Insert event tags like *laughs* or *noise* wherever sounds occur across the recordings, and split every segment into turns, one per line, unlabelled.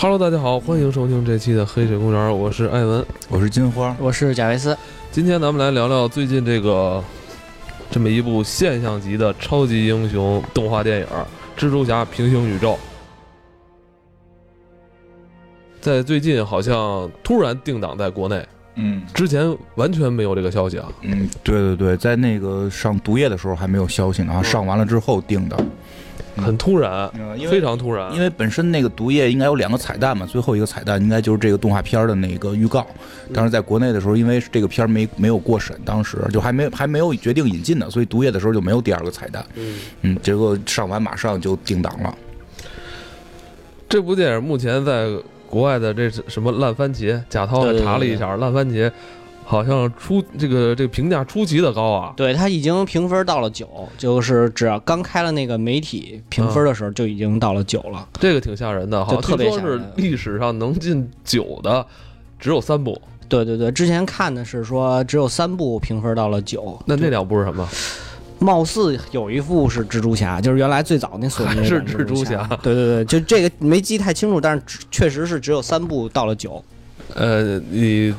Hello，大家好，欢迎收听这期的《黑水公园》，我是艾文。
我是金花，
我是贾维斯，
今天咱们来聊聊最近这个这么一部现象级的超级英雄动画电影《蜘蛛侠：平行宇宙》。在最近好像突然定档在国内，
嗯
之前完全没有这个消息啊。
嗯，对对对，在那个上毒液的时候还没有消息呢，啊，上完了之后定的，嗯
很突然，
嗯，
非常突然。
因为本身那个毒液应该有两个彩蛋嘛，最后一个彩蛋应该就是这个动画片的那个预告。当时在国内的时候，因为这个片儿没没有过审，当时就还没还没有决定引进呢，所以毒液的时候就没有第二个彩蛋。
嗯
嗯，结果上完马上就定档了。
这部电影目前在国外的这是什么烂番茄，贾涛
对对对
查了一下，烂番茄好像出这个这个评价出奇的高啊。
对他已经评分到了九，就是只要刚开了那个媒体评分的时候就已经到了九了。
这个挺吓人的，好
就特
像
别
听
吓
说
人
是历史上能进九的只有三部，
对对对，之前看的是说只有三部评分到了九，
那那两部是什么？
貌似有一部是蜘蛛侠，就是原来最早那索尼 *laughs*
还是
版蜘
蜘蛛
侠
侠。
对对对，就这个没记太清楚，但是只确实是只有三部到了九。
呃，你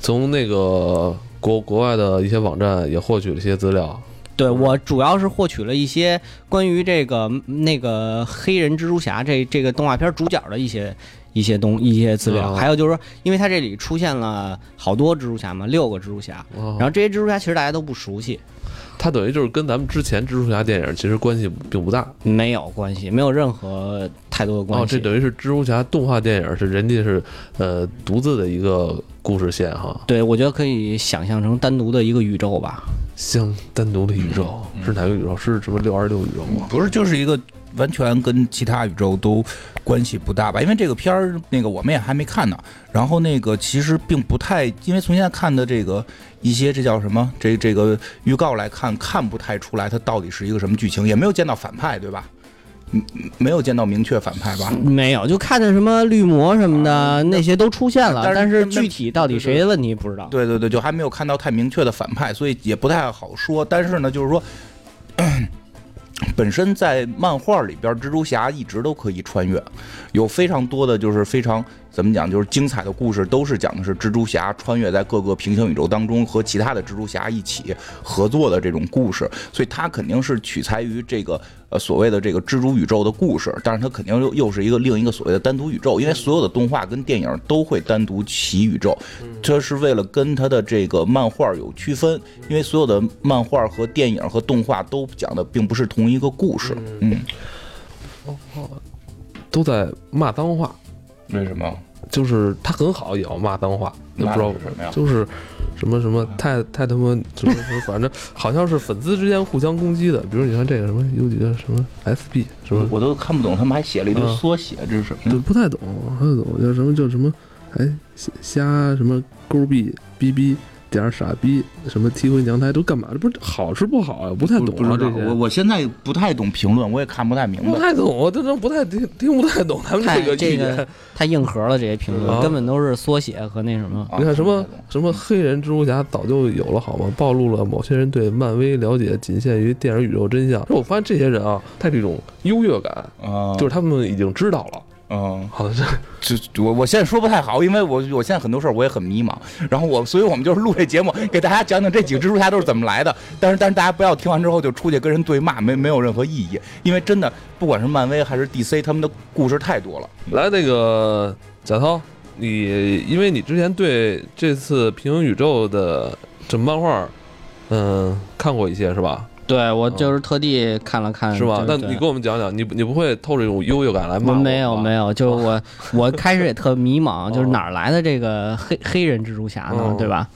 从那个国国外的一些网站也获取了一些资料，
对我主要是获取了一些关于这个嗯那个黑人蜘蛛侠这这个动画片主角的一些一些东一些资
嗯
料，
啊
还有就是说，因为它这里出现了好多蜘蛛侠嘛，六个蜘蛛侠，
哦
然
然后这些蜘蛛侠其实大家都不熟悉，
它等于就是跟咱们之前蜘蛛侠电影其实关系并不大
没有关系，没有任何太多的
哦，
关系。
这等于是蜘蛛侠动画电影是人家是呃独自的一个故事线哈，
对，我觉得可以想象成单独的一个宇宙吧。
像单独的宇宙是哪个宇宙？是什么六二六宇宙吗？
不是，就是一个完全跟其他宇宙都关系不大吧？因为这个片儿那个我们也还没看呢。然后那个其实并不太，因为从现在看的这个一些这叫什么这这个预告来看，看不太出来它到底是一个什么剧情，也没有见到反派，对吧？嗯，没有见到明确反派吧？
没有，就看见什么绿魔什么的那些都出现了，
啊但
但
是
是具体到底谁的问题不知道。
对对对，就还没有看到太明确的反派，所以也不太好说。但是呢，就是说， *clears throat* 本身在漫画里边，蜘蛛侠一直都可以穿越，有非常多的就是非常怎么讲，就是精彩的故事，都是讲的是蜘蛛侠穿越在各个平行宇宙当中和其他的蜘蛛侠一起合作的这种故事。所以它肯定是取材于这个呃所谓的这个蜘蛛宇宙的故事，但是它肯定又又是一个另一个所谓的单独宇宙，因为所有的动画跟电影都会单独起宇宙，这是为了跟它的这个漫画有区分，因为所有的漫画和电影和动画都讲的并不是同一个故事。嗯，
都在骂脏话，
为什么？
就是他很好也要骂脏话，也不知道
骂什么呀
就是什么什么太太他妈什么什么，反正好像是粉丝之间互相攻击的。比如你看这个什么 U 几的什么 SB 什么，
我都看不懂，他们还写了一堆
嗯
缩写，这是什么
对，
呀？
不太懂，不太懂，叫什么叫什么，哎瞎瞎什么勾逼逼逼点儿傻逼什么踢回娘胎都干嘛？这不是好是不好呀？不太懂
不
啊
知
这
道，我
些。
我现在不太懂评论，我也看不太明
不
白。
太懂，我真的不太听听不太懂他们
太
这个
这
语
个
言。
太硬核了，这些评
啊
论根本都是缩写和那什么。
啊
你看什么
看不太懂
什么黑人蜘蛛侠早就有了好吗？暴露了某些人对漫威了解仅限于电影宇宙真相。我发现这些人啊，他这种优越感，
啊，
就是他们已经知道了，
嗯，
好像
就我我现在说不太好，因为我我现在很多事儿我也很迷茫，然后我所以我们就是录这节目，给大家讲讲这几个蜘蛛侠都是怎么来的。但是但是大家不要听完之后就出去跟人对骂，没没有任何意义，因为真的不管是漫威还是 DC，他们的故事太多了。
*laughs* 来那个贾涛，你因为你之前对这次平行宇宙的这漫画，嗯，看过一些是吧？
对我就是特地看了看，
是吧？那
嗯对对
你给我们讲讲，你不你不会透着一种优越感来骂
我
我
没有
吧 *laughs*
没有，就是我我开始也特迷茫，
哦
就是哪儿来的这个黑黑人蜘蛛侠
哦
呢，对吧？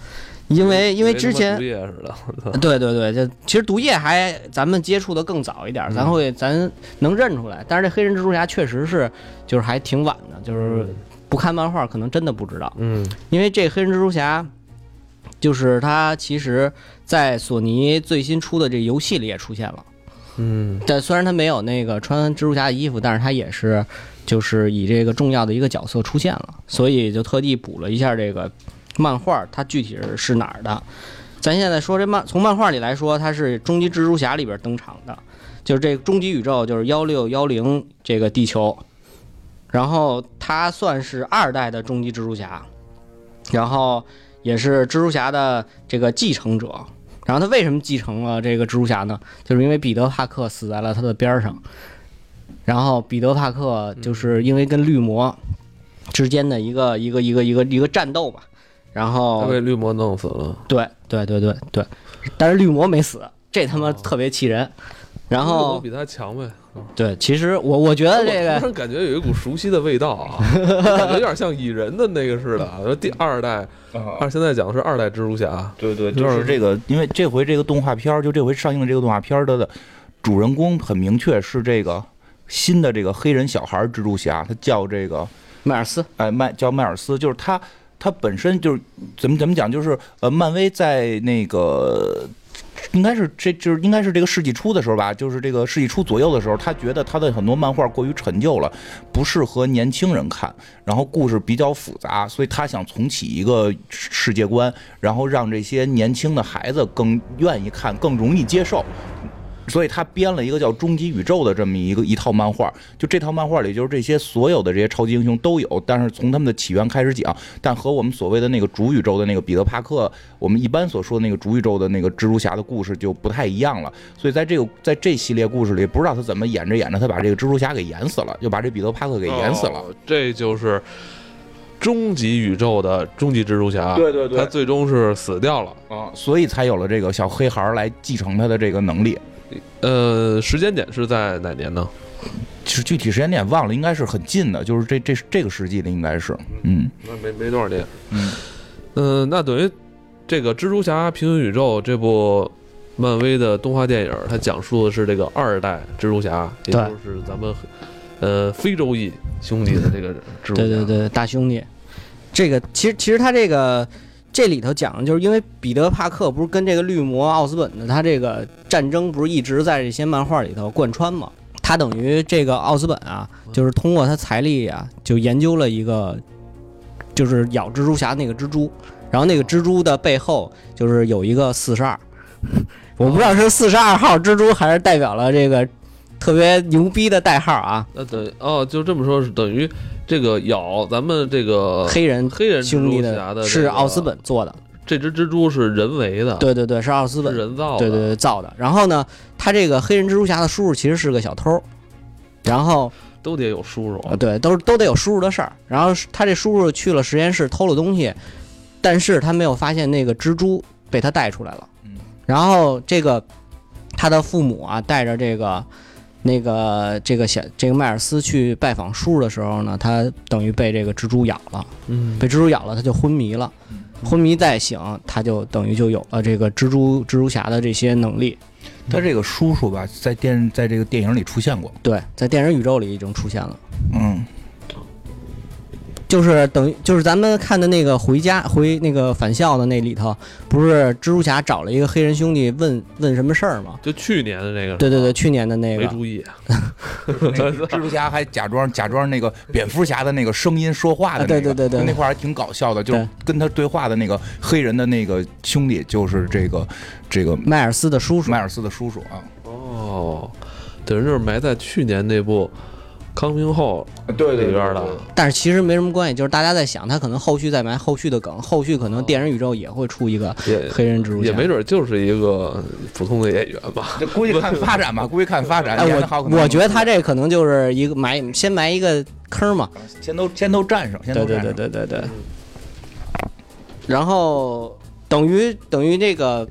因为因为
以
之
他妈
前
毒液似的，
对对对，就其实毒液还咱们接触的更早一点，
嗯
咱会咱能认出来，但是这黑人蜘蛛侠确实是就是还挺晚的，就是不看漫画可能真的不知道。
嗯
因为这黑人蜘蛛侠，就是他其实，在索尼最新出的这游戏里也出现了。
嗯
但虽然他没有那个穿蜘蛛侠的衣服，但是他也是，就是以这个重要的一个角色出现了，所以就特地补了一下这个漫画，它具体是是哪儿的。咱现在说这漫从漫画里来说，它是《终极蜘蛛侠》里边登场的，就是这个终极宇宙，就是幺六幺零这个地球，然后他算是二代的终极蜘蛛侠，然后也是蜘蛛侠的这个继承者。然后他为什么继承了这个蜘蛛侠呢？就是因为彼得·帕克死在了他的边儿上，然后彼得·帕克就是因为跟绿魔之间的一个一个一个一个一个战斗吧，然后
他被绿魔弄死了。
对对对对对，但是绿魔没死，这他妈特别气人。然
我
后
比他强呗。
对，其实我我觉呃得这
*laughs* 我突
个
然感觉有一股熟悉的味道啊，感觉有点像蚁人的那个似的。说第二代，
啊，
二现在讲的是二代蜘蛛侠，啊
对对，
就
就是是这个，因为这回这个动画片儿，就这回上映的这个动画片儿，它的主人公很明确是这个新的这个黑人小孩儿蜘蛛侠，他叫这个
迈尔斯，
哎，迈叫迈尔斯，就是他，他本身就是怎么怎么讲，就是呃，漫威在那个。应该是这就是应该是这个世纪初的时候吧，就是这个世纪初左右的时候，他觉得他的很多漫画过于陈旧了，不适合年轻人看，然后故事比较复杂，所以他想重启一个世界观，然后让这些年轻的孩子更愿意看，更容易接受。所以他编了一个叫《终极宇宙》的这么一个一套漫画，就这套漫画里，就是这些所有的这些超级英雄都有，但是从他们的起源开始讲，但和我们所谓的那个主宇宙的那个彼得帕克，我们一般所说的那个主宇宙的那个蜘蛛侠的故事就不太一样了。所以在这个在这系列故事里，不知道他怎么演着演着，他把这个蜘蛛侠给演死了，就把这彼得帕克给演死了。
哦这就是终极宇宙的终极蜘蛛侠。
对对对
他最终是死掉了。
啊，所以才有了这个小黑孩儿来继承他的这个能力。
呃，时间点是在哪年呢？
其实具体时间点忘了，应该是很近的，就是这这这个世纪的，应该是，嗯
那没没多少年。
嗯，
嗯，那等于这个《蜘蛛侠：平行宇宙》这部漫威的动画电影，它讲述的是这个二代蜘蛛侠，也
对
就是咱们呃非洲裔兄弟的这个蜘蛛侠。
对对对，大兄弟。这个其实其实他这个这里头讲的就是因为彼得·帕克不是跟这个绿魔奥斯本的他这个战争不是一直在这些漫画里头贯穿吗？他等于这个奥斯本啊，就是通过他财力啊，就研究了一个，就是咬蜘蛛侠那个蜘蛛，然后那个蜘蛛的背后就是有一个四十二， *laughs* 我不知道是四十二号蜘蛛还是代表了这个特别牛逼的代号啊，
那等于哦，就这么说，是等于这个咬咱们这个
呃黑人
黑人蜘
兄弟
蛛侠
的
这
是
个
奥斯，本做的，
这只蜘蛛是人为的，，
对对对，是奥斯
是
本，
人造的，
对对对造的。然后呢，他这个黑人蜘蛛侠的叔叔其实是个小偷，然后
都得有殊荣。
呃对，都是都得有叔叔的事儿。然后他这叔叔去了实验室偷了东西，但是他没有发现那个蜘蛛被他带出来了。
嗯
然后这个他的父母啊，带着这个那个这个小这个迈尔斯去拜访叔叔的时候呢，他等于被这个蜘蛛咬了。
嗯
被蜘蛛咬了，他就昏迷了，昏迷再醒，他就等于就有了这个蜘蛛蜘蛛侠的这些能力。
他这个叔叔吧，在电在这个电影里出现过，
对，在电影宇宙里已经出现了，
*laughs* 嗯，
就是等于就是咱们看的那个回家回那个返校的那里头，不是蜘蛛侠找了一个黑人兄弟问问什么事儿吗？
就去年的那个，
对对对，，去年的那
没
个，
注意，啊
蜘蛛侠还假装假装那个蝙蝠侠的那个声音说话的、那个
啊对对对对
就那块儿还挺搞笑的，就是
对
跟他对话的那个黑人的那个兄弟，就是这个这个
迈尔斯的叔叔
迈，尔斯的叔叔啊，
哦，等于就是埋在去年那部《康平后
对》
里边的，
但是其实没什么关系，就是大家在想他可能后续再埋后续的梗，后续可能电影宇宙也会出一个
也
黑人蜘蛛侠，
也没准就是一个普通的演员吧。
这估计看发展吧，估计看发展。
哎，
演得好
我
可能
我觉得他这可能就是一个埋，先埋一个坑嘛。
先都先都战上，先
对
都
对
战上。嗯
对对对对。然后等于等于这个，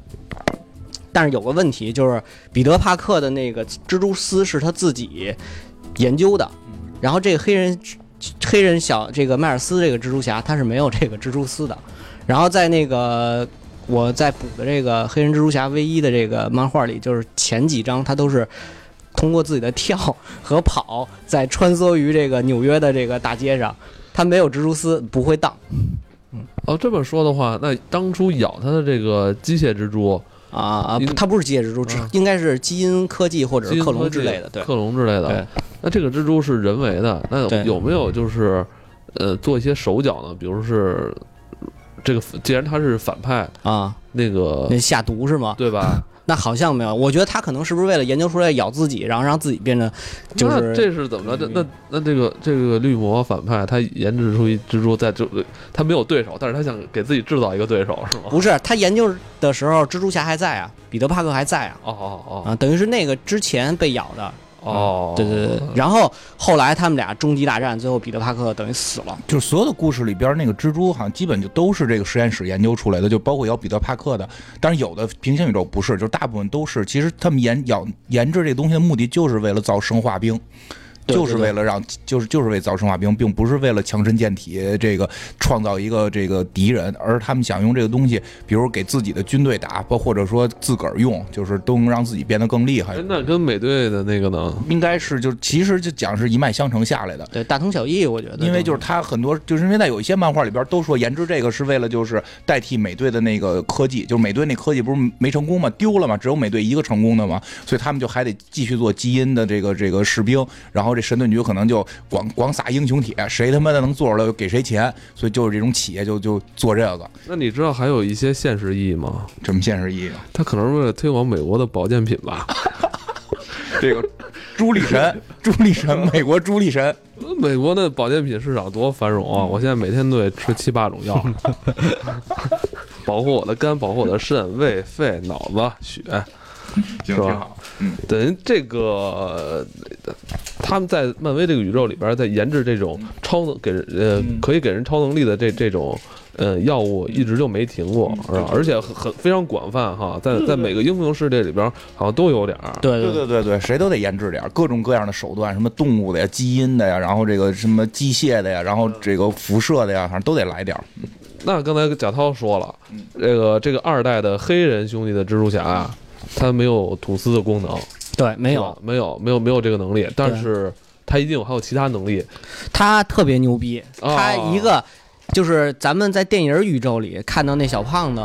但是有个问题就是，彼得帕克的那个蜘蛛丝是他自己研究的，
嗯
然后这个黑人黑人小这个迈尔斯这个蜘蛛侠他是没有这个蜘蛛丝的，然后在那个。我在补的这个黑人蜘蛛侠唯一的这个漫画里，就是前几章他都是通过自己的跳和跑，在穿梭于这个纽约的这个大街上。他没有蜘蛛丝，不会荡
哦，这么说的话，那当初咬他的这个机械蜘蛛，
啊啊
因！
他不是机械蜘蛛，只
啊
应该是基因科技或者
基
是
因
克隆
科
之
技
类的。对
克隆之类的
对。
那这个蜘蛛是人为的，那
对
有没有就是呃做一些手脚呢？比如是这个，既然他是反派，
啊，
那个
那下毒是吗？
对吧？
那好像没有，我觉得他可能是不是为了研究出来咬自己，然后让自己变得 *laughs* 就
那
是
这是怎么着？那那那这个这个绿魔反派，他研制出一蜘蛛，在就他没有对手，但是他想给自己制造一个对手，是吗？
不是他研究的时候，蜘蛛侠还在啊，彼得帕克还在啊，
哦哦
啊，等于是那个之前被咬的。
哦哦，
对对对，然后后来他们俩终极大战，最后彼得帕克等于死了。
就是所有的故事里边，那个蜘蛛好像基本就都是这个实验室研究出来的，就包括咬彼得帕克的。但是有的平行宇宙不是，就是大部分都是。其实他们研咬研制这东西的目的，就是为了造生化兵，
对
就是
对对
为了让就是就是为造生化兵，并不是为了强身健体，这个创造一个这个敌人，而他们想用这个东西，比如给自己的军队打，包或者说自个儿用，就是都能让自己变得更厉害
哎。那跟美队的那个呢？
应该是就是其实就讲是一脉相承下来的。
对，大同小异，我觉得。
因为就是他很多，就是因为在有一些漫画里边都说研制这个是为了就是代替美队的那个科技，就是美队那科技不是没成功嘛，丢了嘛，只有美队一个成功的嘛，所以他们就还得继续做基因的这个这个士兵，然后这神盾局可能就广广撒英雄帖，谁他妈的能做出来就给谁钱，所以就是这种企业就就做这个，
那你知道还有一些现实意义吗？
这么现实意义。
他可能是为了推广美国的保健品吧？
这个朱力神，朱力神，美国朱力神，
美国的保健品市场多繁荣啊！我现在每天都得吃七八种药，保护我的肝，保护我的肾、胃、肺、脑子、血。
行
是吧
挺好，嗯，
等于这个呃他们在漫威这个宇宙里边，在研制这种超能给人呃
嗯
可以给人超能力的这这种呃药物，一直就没停过，是吧？而且很很非常广泛哈，在在每个英雄世界里边好像都有点儿。
对
对
对
对对对，谁都得研制点儿各种各样的手段，什么动物的呀、基因的呀，然后这个什么机械的呀，然后这个辐射的呀，反正都得来点儿。
那刚才贾涛说了，这个这个二代的黑人兄弟的蜘蛛侠啊，他没有吐丝的功能。
对，没
是
有
吧，没有，没有，没有这个能力，但是他一定有还有其他能力。
他特别牛逼，
哦
他一个就是咱们在电影宇宙里看到那小胖子，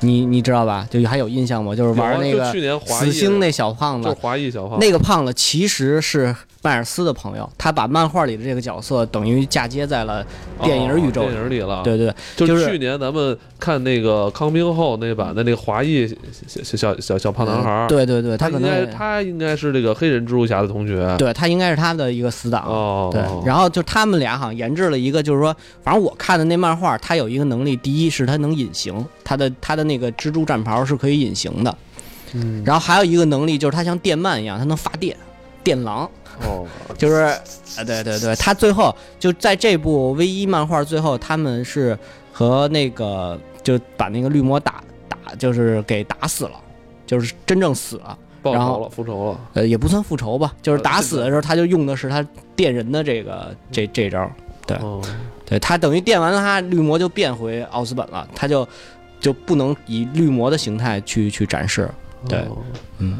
你你知道吧？就还有印象吗？就是玩那
有啊就去
个
年华
死
裔
星那小胖
就是
子，
华裔小胖，
那个胖子其实是迈尔斯的朋友，他把漫画里的这个角色等于嫁接在了电影宇宙
哦
里
电。影里了。
对对对，
就
就是
是去年咱们看那个康兵后那版的那个华裔小小小小小胖男孩儿，
嗯对对对，
他
可
应该
能
他应该是这个黑人蜘蛛侠的同学。
对他应该是他的一个死党。
哦，
对，然后就他们俩好像研制了一个，就是说，反正我看的那漫画，它有一个能力，第一是它能隐形，它的它的那个蜘蛛战袍是可以隐形的，
嗯
然后还有一个能力就是它像电鳗一样，它能发电，电狼，
哦，
就是，呃，对对对，它最后就在这部 V 一漫画最后，他们是和那个就把那个绿魔打打，就是给打死了，就是真正死了。
报
然后
仇了，复仇了。
呃，也不算复仇吧，就是
呃嗯
打
这
死
个
的时候，他就用的是他电人的这个这这招，对
哦，
对他等于电完了他，绿魔就变回奥斯本了，他就就不能以绿魔的形态去去展示。对
哦
嗯，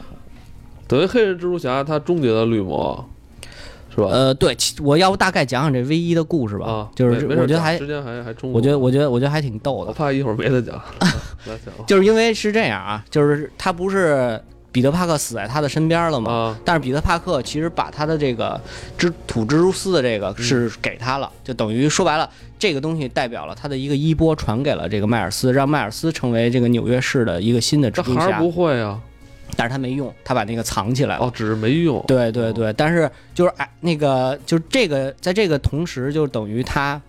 等于黑人蜘蛛侠他终结了绿魔，是吧？
呃，对，其我要不大概讲讲这 V 一的故事吧，
啊，
就是
没没事
我觉得
讲
还
时，间还还充足。
我觉得我觉得我觉得还挺逗
我
的，
怕一会儿没得
*laughs*
讲，来讲吧
就是因为是这样啊，就是他不是彼得帕克死在他的身边了吗？
啊，
但是彼得帕克其实把他的这个蜘土蜘蛛丝的这
嗯
个是给他了，就等于说白了，这个东西代表了他的一个衣钵传给了这个迈尔斯，让迈尔斯成为这个纽约市的一个新的蜘
这
蛛
孩儿
侠
不。会啊，
但是他没用，他把那个藏起来了。
哦，只是没用。
对对对，但是就是哎，那个就是这个，在这个同时，就等于他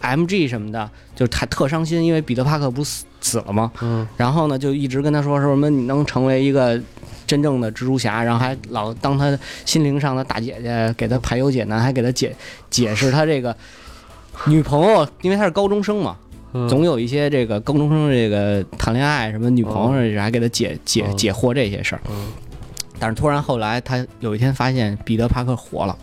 M G 什么的，就是他特伤心，因为彼得帕克不死死了吗？
嗯，
然后呢，就一直跟他说说什么你能成为一个真正的蜘蛛侠，然后还老当他心灵上的大姐姐，给他排忧解难，还给他解解释他这个女朋友，因为他是高中生嘛，
嗯
总有一些这个高中生这个谈恋爱什么女朋友，还给他解解
嗯
解惑这些事儿。
嗯
但是突然后来，他有一天发现彼得·帕克活了，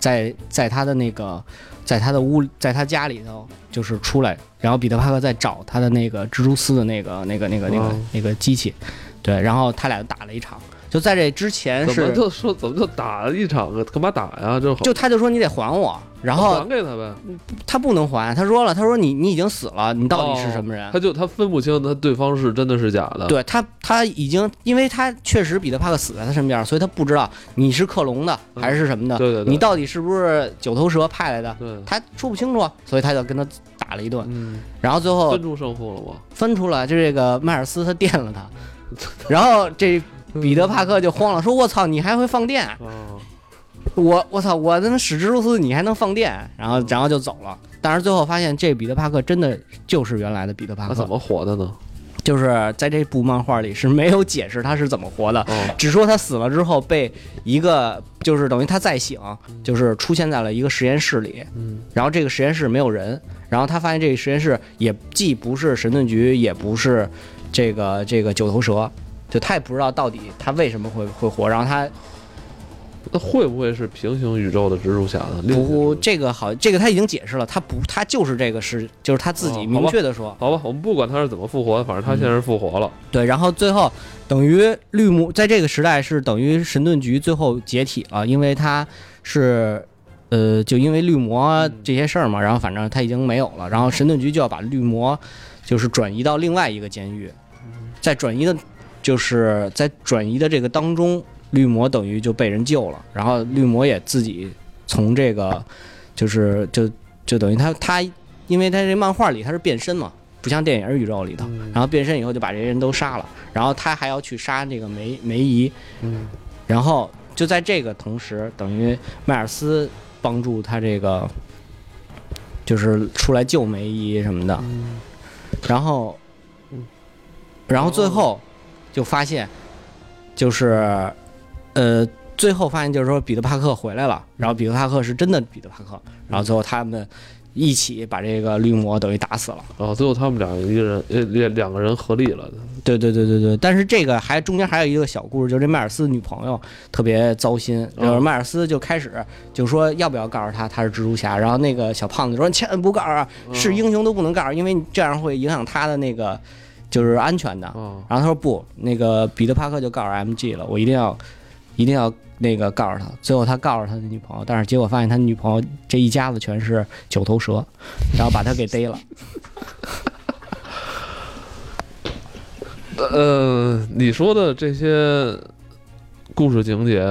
在在他的那个，在他的屋，在他家里头，就是出来，然后彼得·帕克在找他的那个蜘蛛丝的那个那个那个那个
哦
那个机器，对，然后他俩就打了一场。就在这之前
怎么
是，
就说怎么就打了一场啊？干嘛打呀？这好
就他就说你得还我，然后
还哦给他呗。
他不能还，他说了，他说你你已经死了，你到底是什么人
他？就他分不清他对方是真的是假的。
对他，他已经，因为他确实彼得·帕克死在他身边，所以他不知道你是克隆的还是什么的，
嗯对对对，
你到底是不是九头蛇派来的？
对，
他说不清楚，所以他就跟他打了一顿，
嗯，
然后最后
分出胜负了吗？
分出来，就这个迈尔斯他电了他， *laughs* 然后这彼得帕克就慌了，说：“我操，你还会放电？
哦，
我我操，我他妈使蜘蛛丝你还能放电？”然
嗯
后然后就走了。但是最后发现这彼得帕克真的就是原来的彼得帕
他
克，
怎么活的呢？
就是在这部漫画里是没有解释他是怎么活的，
哦，
只说他死了之后被一个就是等于他再醒，就是出现在了一个实验室里，
嗯，
然后这个实验室没有人，然后他发现这个实验室也既不是神盾局，也不是这个这个九头蛇，就他也不知道到底他为什么会会活，然后他
那会不会是平行宇宙的蜘蛛侠呢？另一个
不
蜘蛛
这个好，这个他已经解释了，他不他就是这个是就是他自
哦
己
好
明
吧
确的说，
好吧，我们不管他是怎么复活的，反正他现在是复活了。
对，然后最后等于绿幕在这个时代是等于神盾局最后解体了，因为他是。呃，就因为绿魔这些事儿嘛，然后反正他已经没有了，然后神盾局就要把绿魔，就是转移到另外一个监狱，在转移的，就是在转移的这个当中，绿魔等于就被人救了，然后绿魔也自己从这个，就是就就等于他他，因为他这漫画里他是变身嘛，不像电影宇宙里头，
嗯
然后变身以后就把这些人都杀了，然后他还要去杀那个梅梅姨，
嗯，
然后就在这个同时，等于迈尔斯帮助他这个，就是出来救梅姨什么的，然后
嗯，
然后最后就发现，就是，呃，最后发现就是说彼得帕克回来
嗯
了，然后彼得帕克是真的彼得帕克，然后最后他们一起把这个绿魔等于打死了。
然后最后他们俩一个人，呃，两两个人合力了。
对对对对对，但是这个还中间还有一个小故事，就是这迈尔斯女朋友特别糟心，
嗯
就是迈尔斯就开始就说要不要告诉他他是蜘蛛侠，然后那个小胖子说千万不告诉啊，
嗯
是英雄都不能告诉，因为你这样会影响他的那个就是安全的。
哦，
然后他说不，那个彼得帕克就告诉 MG 了，我一定要一定要那个告诉他。最后他告诉他的女朋友，但是结果发现他女朋友这一家子全是九头蛇，然后把他给逮了。
呃，你说的这些故事情节，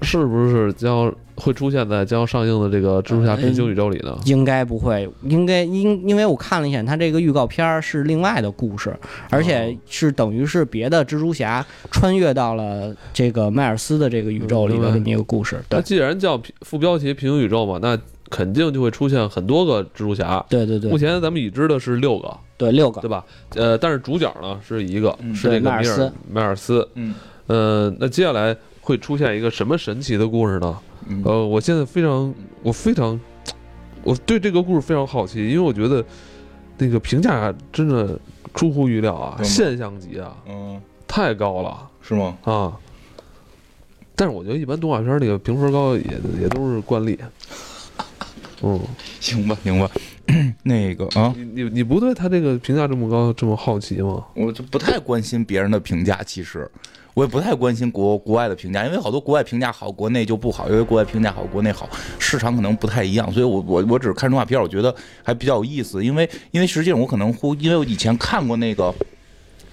是不是将会出现在将要上映的这个蜘蛛侠
哎
平行宇宙里呢？
应该不会，应该因因为我看了一眼，它这个预告片儿是另外的故事，而且
哦
是等于是别的蜘蛛侠穿越到了这个迈尔斯的这个宇宙里的这么一个故事。
哦
那
对，
既然叫副标题平行宇宙嘛，那肯定就会出现很多个蜘蛛侠。
对对
目
对
前咱们已知的是六个，
对，六个
对吧？呃，但是主角呢是一个，
嗯
是这
对
个
迈尔
米尔
斯
迈尔斯。
嗯
呃，那接下来会出现一个什么神奇的故事呢？
嗯
呃，我现在非常，我非常，我对这个故事非常好奇，因为我觉得那个评价真的出乎预料啊，
对吗
现象级啊，
嗯，
太高了
是吗？
啊！但是我觉得一般动画片那个评分高也也都是惯
*laughs*
例。嗯，
行吧，行吧。那个啊，
你你你不对他这个评价这么高这么好奇吗？
我就不太关心别人的评价，其实我也不太关心国国外的评价，因为好多国外评价好，国内就不好；因为国外评价好，国内好，市场可能不太一样。所以我我我只是看动画片，我觉得还比较有意思，因为因为实际上我可能会，因为我以前看过那个。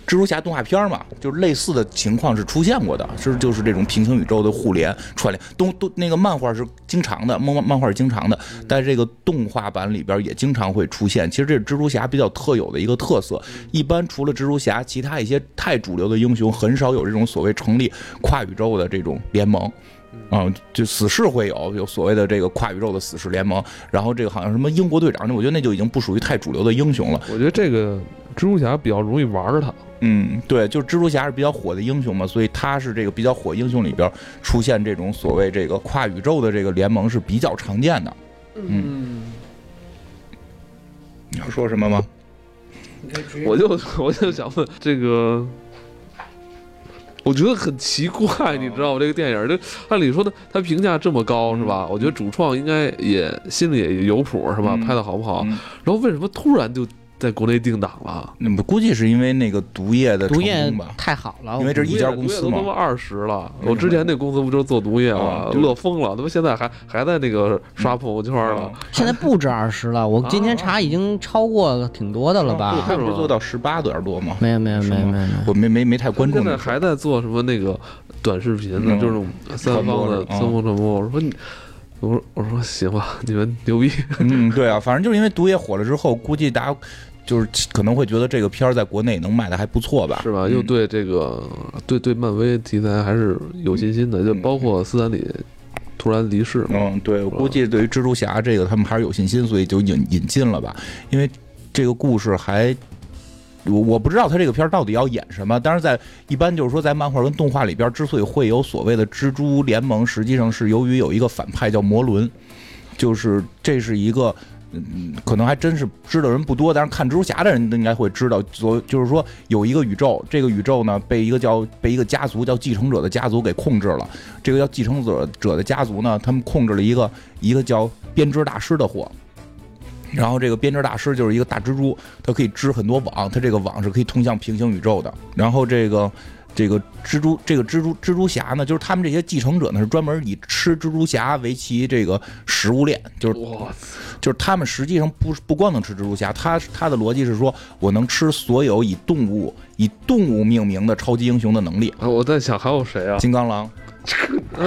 蜘蛛侠动画片嘛，就是类似的情况是出现过的，是就是这种平行宇宙的互联串联。动动那个漫画是经常的，漫漫画是经常的，但是这个动画版里边也经常会出现。其实这是蜘蛛侠比较特有的一个特色，一般除了蜘蛛侠，其他一些太主流的英雄很少有这种所谓成立跨宇宙的这种联盟。啊、就死侍会有有所谓的这个跨宇宙的死侍联盟，然后这个好像什么英国队长，我觉得那就已经不属于太主流的英雄了。
我觉得这个蜘蛛侠比较容易玩儿他，
嗯，对，就是蜘蛛侠是比较火的英雄嘛，所以他是这个比较火英雄里边出现这种所谓这个跨宇宙的这个联盟是比较常见的。
嗯，
你要说什么吗？
我就我就想问这个，我觉得很奇怪，你知道吗？这个电影，这按理说呢，他评价这么高是吧？我觉得主创应该也心里也有谱是吧？
嗯
拍的好不好？
嗯
然后为什么突然就在国内定档了？
那么估计是因为那个毒液的
毒
成
液
功吧？
太好了，
因为这
毒
是
液
一家公
毒
司
液
嘛嗯
都他妈二十了，
为什么
我之前那公司不就是做毒液吗
啊？对
乐疯了，他妈现在还还在那个
嗯
刷朋友圈呢。
现在不止二十了，我今天
啊
查已经超过挺多的了
我
吧？
看不是做到十八点多吗？
哦没有没有
是
没
吗
有没有没有，
我没没没太关注
现
那
在
个
还在做什么那个短视频呢，
嗯
就是三方的
传播是吧
三方传播。我说你，我说我说行吧，你们牛逼。
嗯嗯，对啊，反正就是因为毒液火了之后，估计大家就是可能会觉得这个片儿在国内能卖的还不错吧？
是吧？又对这个对对漫威题材还是有信心的，就包括斯坦李突然离世嘛，
嗯，对，我估计对于蜘蛛侠这个他们还是有信心，所以就引引进了吧，因为这个故事还。我我不知道他这个片儿到底要演什么，但是在一般就是说，在漫画跟动画里边，之所以会有所谓的蜘蛛联盟，实际上是由于有一个反派叫魔伦，就是这是一个，嗯，可能还真是知道人不多，但是看蜘蛛侠的人应该会知道，所就是说有一个宇宙，这个宇宙呢被一个叫被一个家族叫继承者的家族给控制了，这个叫继承者者的家族呢，他们控制了一个一个叫编织大师的货，然后这个编织大师就是一个大蜘蛛，它可以织很多网，它这个网是可以通向平行宇宙的。然后这个这个蜘蛛这个蜘蛛蜘蛛侠呢，就是他们这些继承者呢是专门以吃蜘蛛侠为其这个食物链，就是
哇
就是他们实际上不不光能吃蜘蛛侠，他他的逻辑是说我能吃所有以动物以动物命名的超级英雄的能力，
啊！我在想还有谁啊？
金刚狼、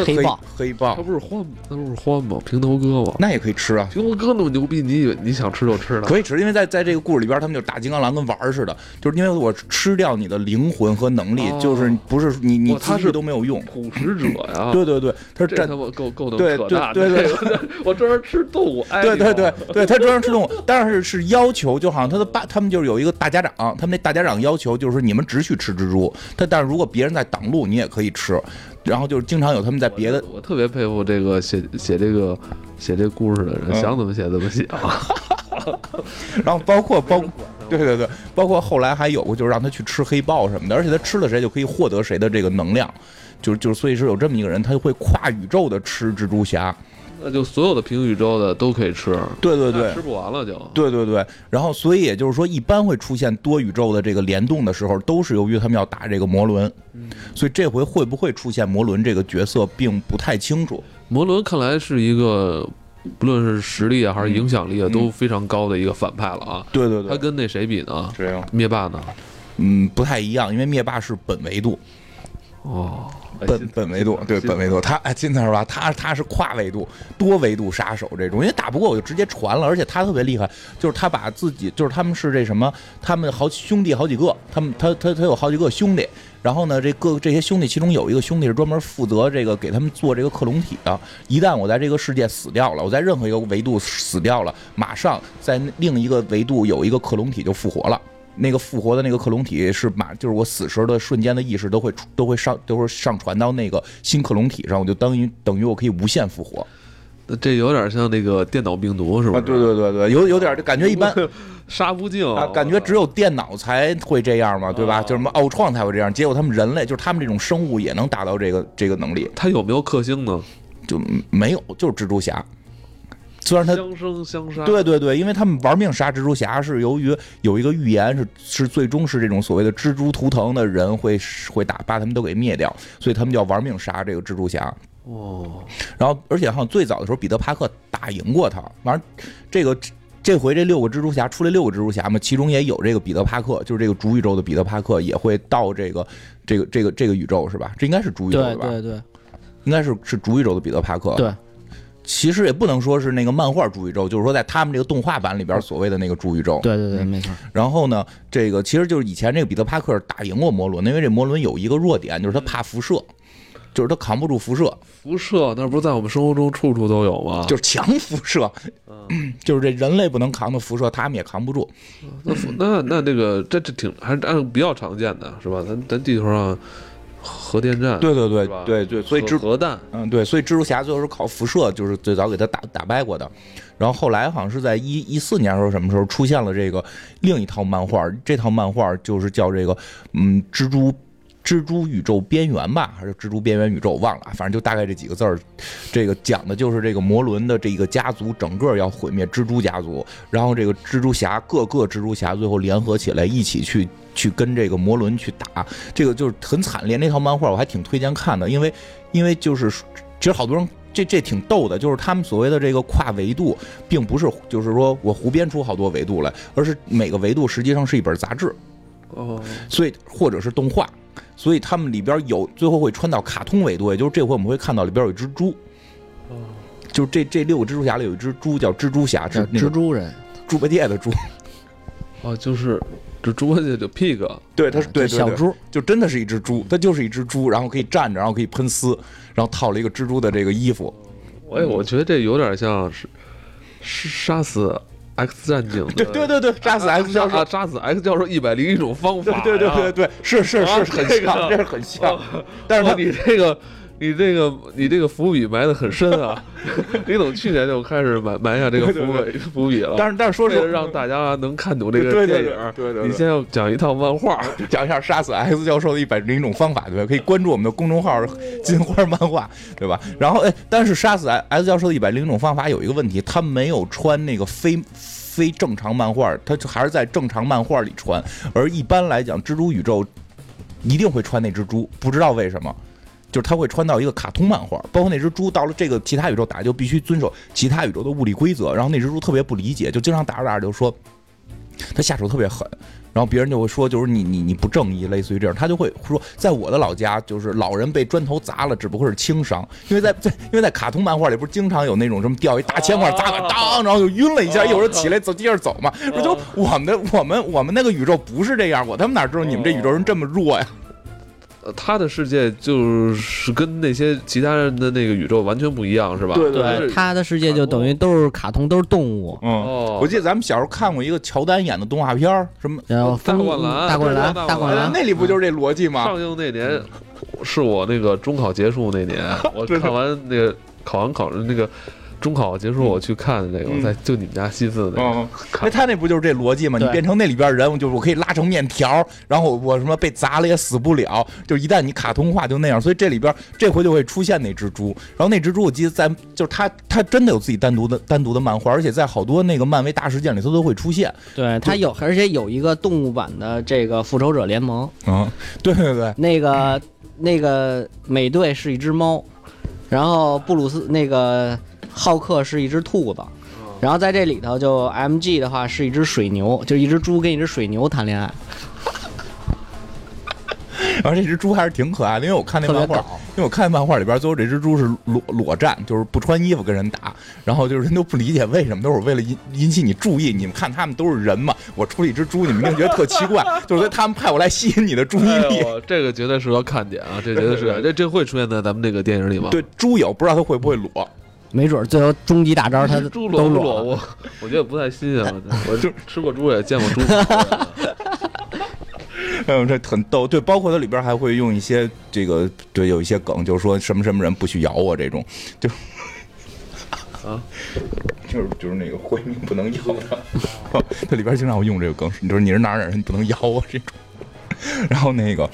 黑豹，
黑
他
豹，
不是欢吗？他不是欢吗？平头哥吗？
那也可以吃啊。
平头哥那么牛逼，你以为你想吃就吃呢？
可以吃，因为在在这个故事里边，他们就打金刚狼跟玩儿似的，就是因为我吃掉你的灵魂和能力，
哦
就是不是你你
哇他
自
是
己都没有用。
捕食者呀，
对对对，他是
这
战
他妈够够能
对
扯淡的。
对对对 *laughs*
对，我专门吃动物，哎
对对
呦
对对，他专门吃动物，但是是要求，就好像他的爸，他们就是有一个大家长，他们那大家长要求就是你们只许吃蜘蛛，他但是如果别人在挡路，你也可以吃。然后就是经常有他们在别的，
我特别佩服这个写写这个写这故事的人，
嗯
想怎么写怎么写啊！
然后包括包括。对对对，包括后来还有过，就是让他去吃黑豹什么的，而且他吃了谁就可以获得谁的这个能量，就是就是，所以是有这么一个人，他会跨宇宙的吃蜘蛛侠。
那就所有的平行宇宙的都可以吃，
对对对
那吃，不完了就。
对对对，然后所以也就是说，一般会出现多宇宙的这个联动的时候，都是由于他们要打这个魔轮，所以这回会不会出现魔轮这个角色，并不太清楚。
摩伦看来是一个，不论是实力啊还是影响力啊，
嗯
都非常高的一个反派了啊。
对对
他，跟那谁比呢？
这样，
灭霸呢？
嗯，不太一样，因为灭霸是本维度，
哦，
本本维度，对
新
本维度，他哎，金字塔吧，他他是跨维度、多维度杀手这种，因为打不过我就直接传了，而且他特别厉害，就是他把自己，就是他们是这什么，他们好兄弟好几个，他们他他他有好几个兄弟，然后呢，这各这些兄弟其中有一个兄弟是专门负责这个给他们做这个克隆体的，一旦我在这个世界死掉了，我在任何一个维度死掉了，马上在另一个维度有一个克隆体就复活了。那个复活的那个克隆体是马，就是我死时的瞬间的意识都会出都会上都会上传到那个新克隆体上，我就等于等于我可以无限复活啊
那这有点像那个电脑病毒，是不是？
对对对，有有点儿感觉一般
杀不尽
啊，感觉只有电脑才会这样嘛，对吧？
啊
就什么奥创才会这样，结果他们人类就是他们这种生物也能达到这个这个能力，
他有没有克星呢？
就没有就是蜘蛛侠，虽然他
相生相
嗯
杀。
对对对，因为他们玩命杀蜘蛛侠是由于有一个预言是是最终是这种所谓的蜘蛛图腾的人会会打把他们都给灭掉，所以他们就要玩命杀这个蜘蛛侠。
哦，
然后而且好像最早的时候彼得帕克打赢过他，完了这个。这回这六个蜘蛛侠出来六个蜘蛛侠嘛，其中也有这个彼得帕克，就是这个主宇宙的彼得帕克也会到这个这个这个这个宇宙是吧？这应该是主宇宙
对
的吧？
对对
应该是是主宇宙的彼得帕克。
对，
其实也不能说是那个漫画主宇宙，就是说在他们这个动画版里边所谓的那个主宇宙。
对对对，没错，
然后呢，这个其实就是以前这个彼得帕克打赢过摩伦，因为这摩伦有一个弱点，就是他怕辐射，就是他扛不住辐射，
辐射那不是在我们生活中处处都有吗？
就是强辐射，
嗯
*laughs* 就是这人类不能扛的辐射，他们也扛不住。
那辐那那这个这这挺还是按比较常见的是吧？咱咱地球上核电站
对对对
是吧
对对，所以
核
蜘
核弹
嗯对，所以蜘蛛侠最后是靠辐射，就是最早给他打打败过的。然后后来好像是在一一四年的时候，什么时候出现了这个另一套漫画？这套漫画就是叫这个嗯蜘蛛。蜘蛛宇宙边缘吧，还是蜘蛛边缘宇宙？忘了，反正就大概这几个字儿。这个讲的就是这个摩伦的这个家族整个要毁灭蜘蛛家族，然后这个蜘蛛侠各个蜘蛛侠最后联合起来一起去去跟这个摩伦去打，这个就是很惨烈。那套漫画我还挺推荐看的，因为因为就是其实好多人。这这挺逗的，就是他们所谓的这个跨维度，并不是就是说我胡编出好多维度来，而是每个维度实际上是一本杂志，
哦，
所以或者是动画，所以他们里边有最后会穿到卡通维度，也就是这回我们会看到里边有一只猪，就是这这六个蜘蛛侠里有一只猪叫蜘蛛侠，是
叫
那
蜘
个
蛛人，
猪八戒的猪，
哦，就是这猪八戒就 pig，
*laughs* 对，它是对对
就小
对
猪，
就真的是一只猪，它就是一只猪，然后可以站着，然后可以喷丝，然后套了一个蜘蛛的这个衣服。
我也我觉得这有点像是是杀死 X 战警的，
对对对对，杀死 X 教授
啊，。杀死 X 教授一百零一种方法、
*laughs* 对对对对对，是是
啊
是，很
这个
像，这是很像
哦。
但是
哦
它
你这个，你这个，你这个伏笔埋得很深啊！ *laughs* 李总去年就开始埋埋下这个伏笔伏笔了。
但是但是说
为
是
了让大家能看懂这
对
个
对
电
对
影，
对对对，
你先要讲一套漫画。
讲一下杀死 X 教授的一百零一种方法，对吧？可以关注我们的公众号“金花漫画”，对吧？然后，哎，但是杀死 X 教授的一百零一种方法有一个问题，他没有穿那个非非正常漫画，他就还是在正常漫画里穿。而一般来讲，蜘蛛宇宙一定会穿那只猪，不知道为什么。就是他会穿到一个卡通漫画，包括那只猪到了这个其他宇宙打就必须遵守其他宇宙的物理规则，然后那只猪特别不理解，就经常打着打着就说他下手特别狠，然后别人就会说，就是你你你不正义，类似于这样，他就会说，在我的老家，就是老人被砖头砸了，只不过是轻伤，因为在在因为在卡通漫画里不是经常有那种什么掉一大铅块砸
哦
了，当，然后就晕了一下，
哦
一会儿起来走，接着走嘛，
哦
说就我们的我们我们那个宇宙不是这样，我他妈哪知道你们这宇宙人这么弱呀？
呃他的世界就是跟那些其他人的那个宇宙完全不一样，是吧？
对
就是
对，他的世界就等于都是卡通，都是动物，
嗯，
哦，
我记得咱们小时候看过一个乔丹演的动画片儿，什么。
然后
大
风
灌篮哎
大灌篮，
对
大
大灌
灌
篮
篮，
那里不就是这逻辑吗？
上映那年是我那个中考结束那年，
*laughs*
我
对对
看完那个考完考那个中考结束，我去看的那个，
嗯
我在就你们家西四那个
嗯，
看
那他那不就是这逻辑吗？你
对
变成那里边人，我就是我可以拉成面条，然后我什么被砸了也死不了，就一旦你卡通化就那样。所以这里边这回就会出现那只猪，然后那只猪我记得在就是他他真的有自己单独的单独的漫画，而且在好多那个漫威大事件里头都会出现。
对他有，而且有一个动物版的这个复仇者联盟，
嗯，对对对，
那个那个美队是一只猫，然后布鲁斯那个浩克是一只兔子，
嗯
然后在这里头就 M G 的话是一只水牛，就是一只猪跟一只水牛谈恋爱，
*laughs* 然后这只猪还是挺可爱的，因为我看那
特别
漫画
搞，
因为我看漫画里边最后这只猪是裸裸战，就是不穿衣服跟人打，然后就是人都不理解为什么，都是为了引引起你注意。你们看他们都是人嘛，我出了一只猪，你们一定觉得特奇怪，就是说他们派我来吸引你的注意
哎
力。
呦，这个绝对是个看点啊！这绝对是
*laughs*
个这这会出现在咱们这个电影里吗？
对，猪友不知道他会不会裸，
没准最后终极大招他
猪裸
都裸
不裸，
了。
我我觉得不太新鲜。
*laughs*
我我就吃过猪也见过猪，
嗯，这很逗。对，包括它里边还会用一些这个，对，有一些梗，就是说什么什么人不许咬我这种，就
啊，
*laughs* 就是就是那个回民不能咬他， *laughs* 它里边经常会用这个梗，你说你是哪儿哪儿人，你不能咬我这种。然后那个，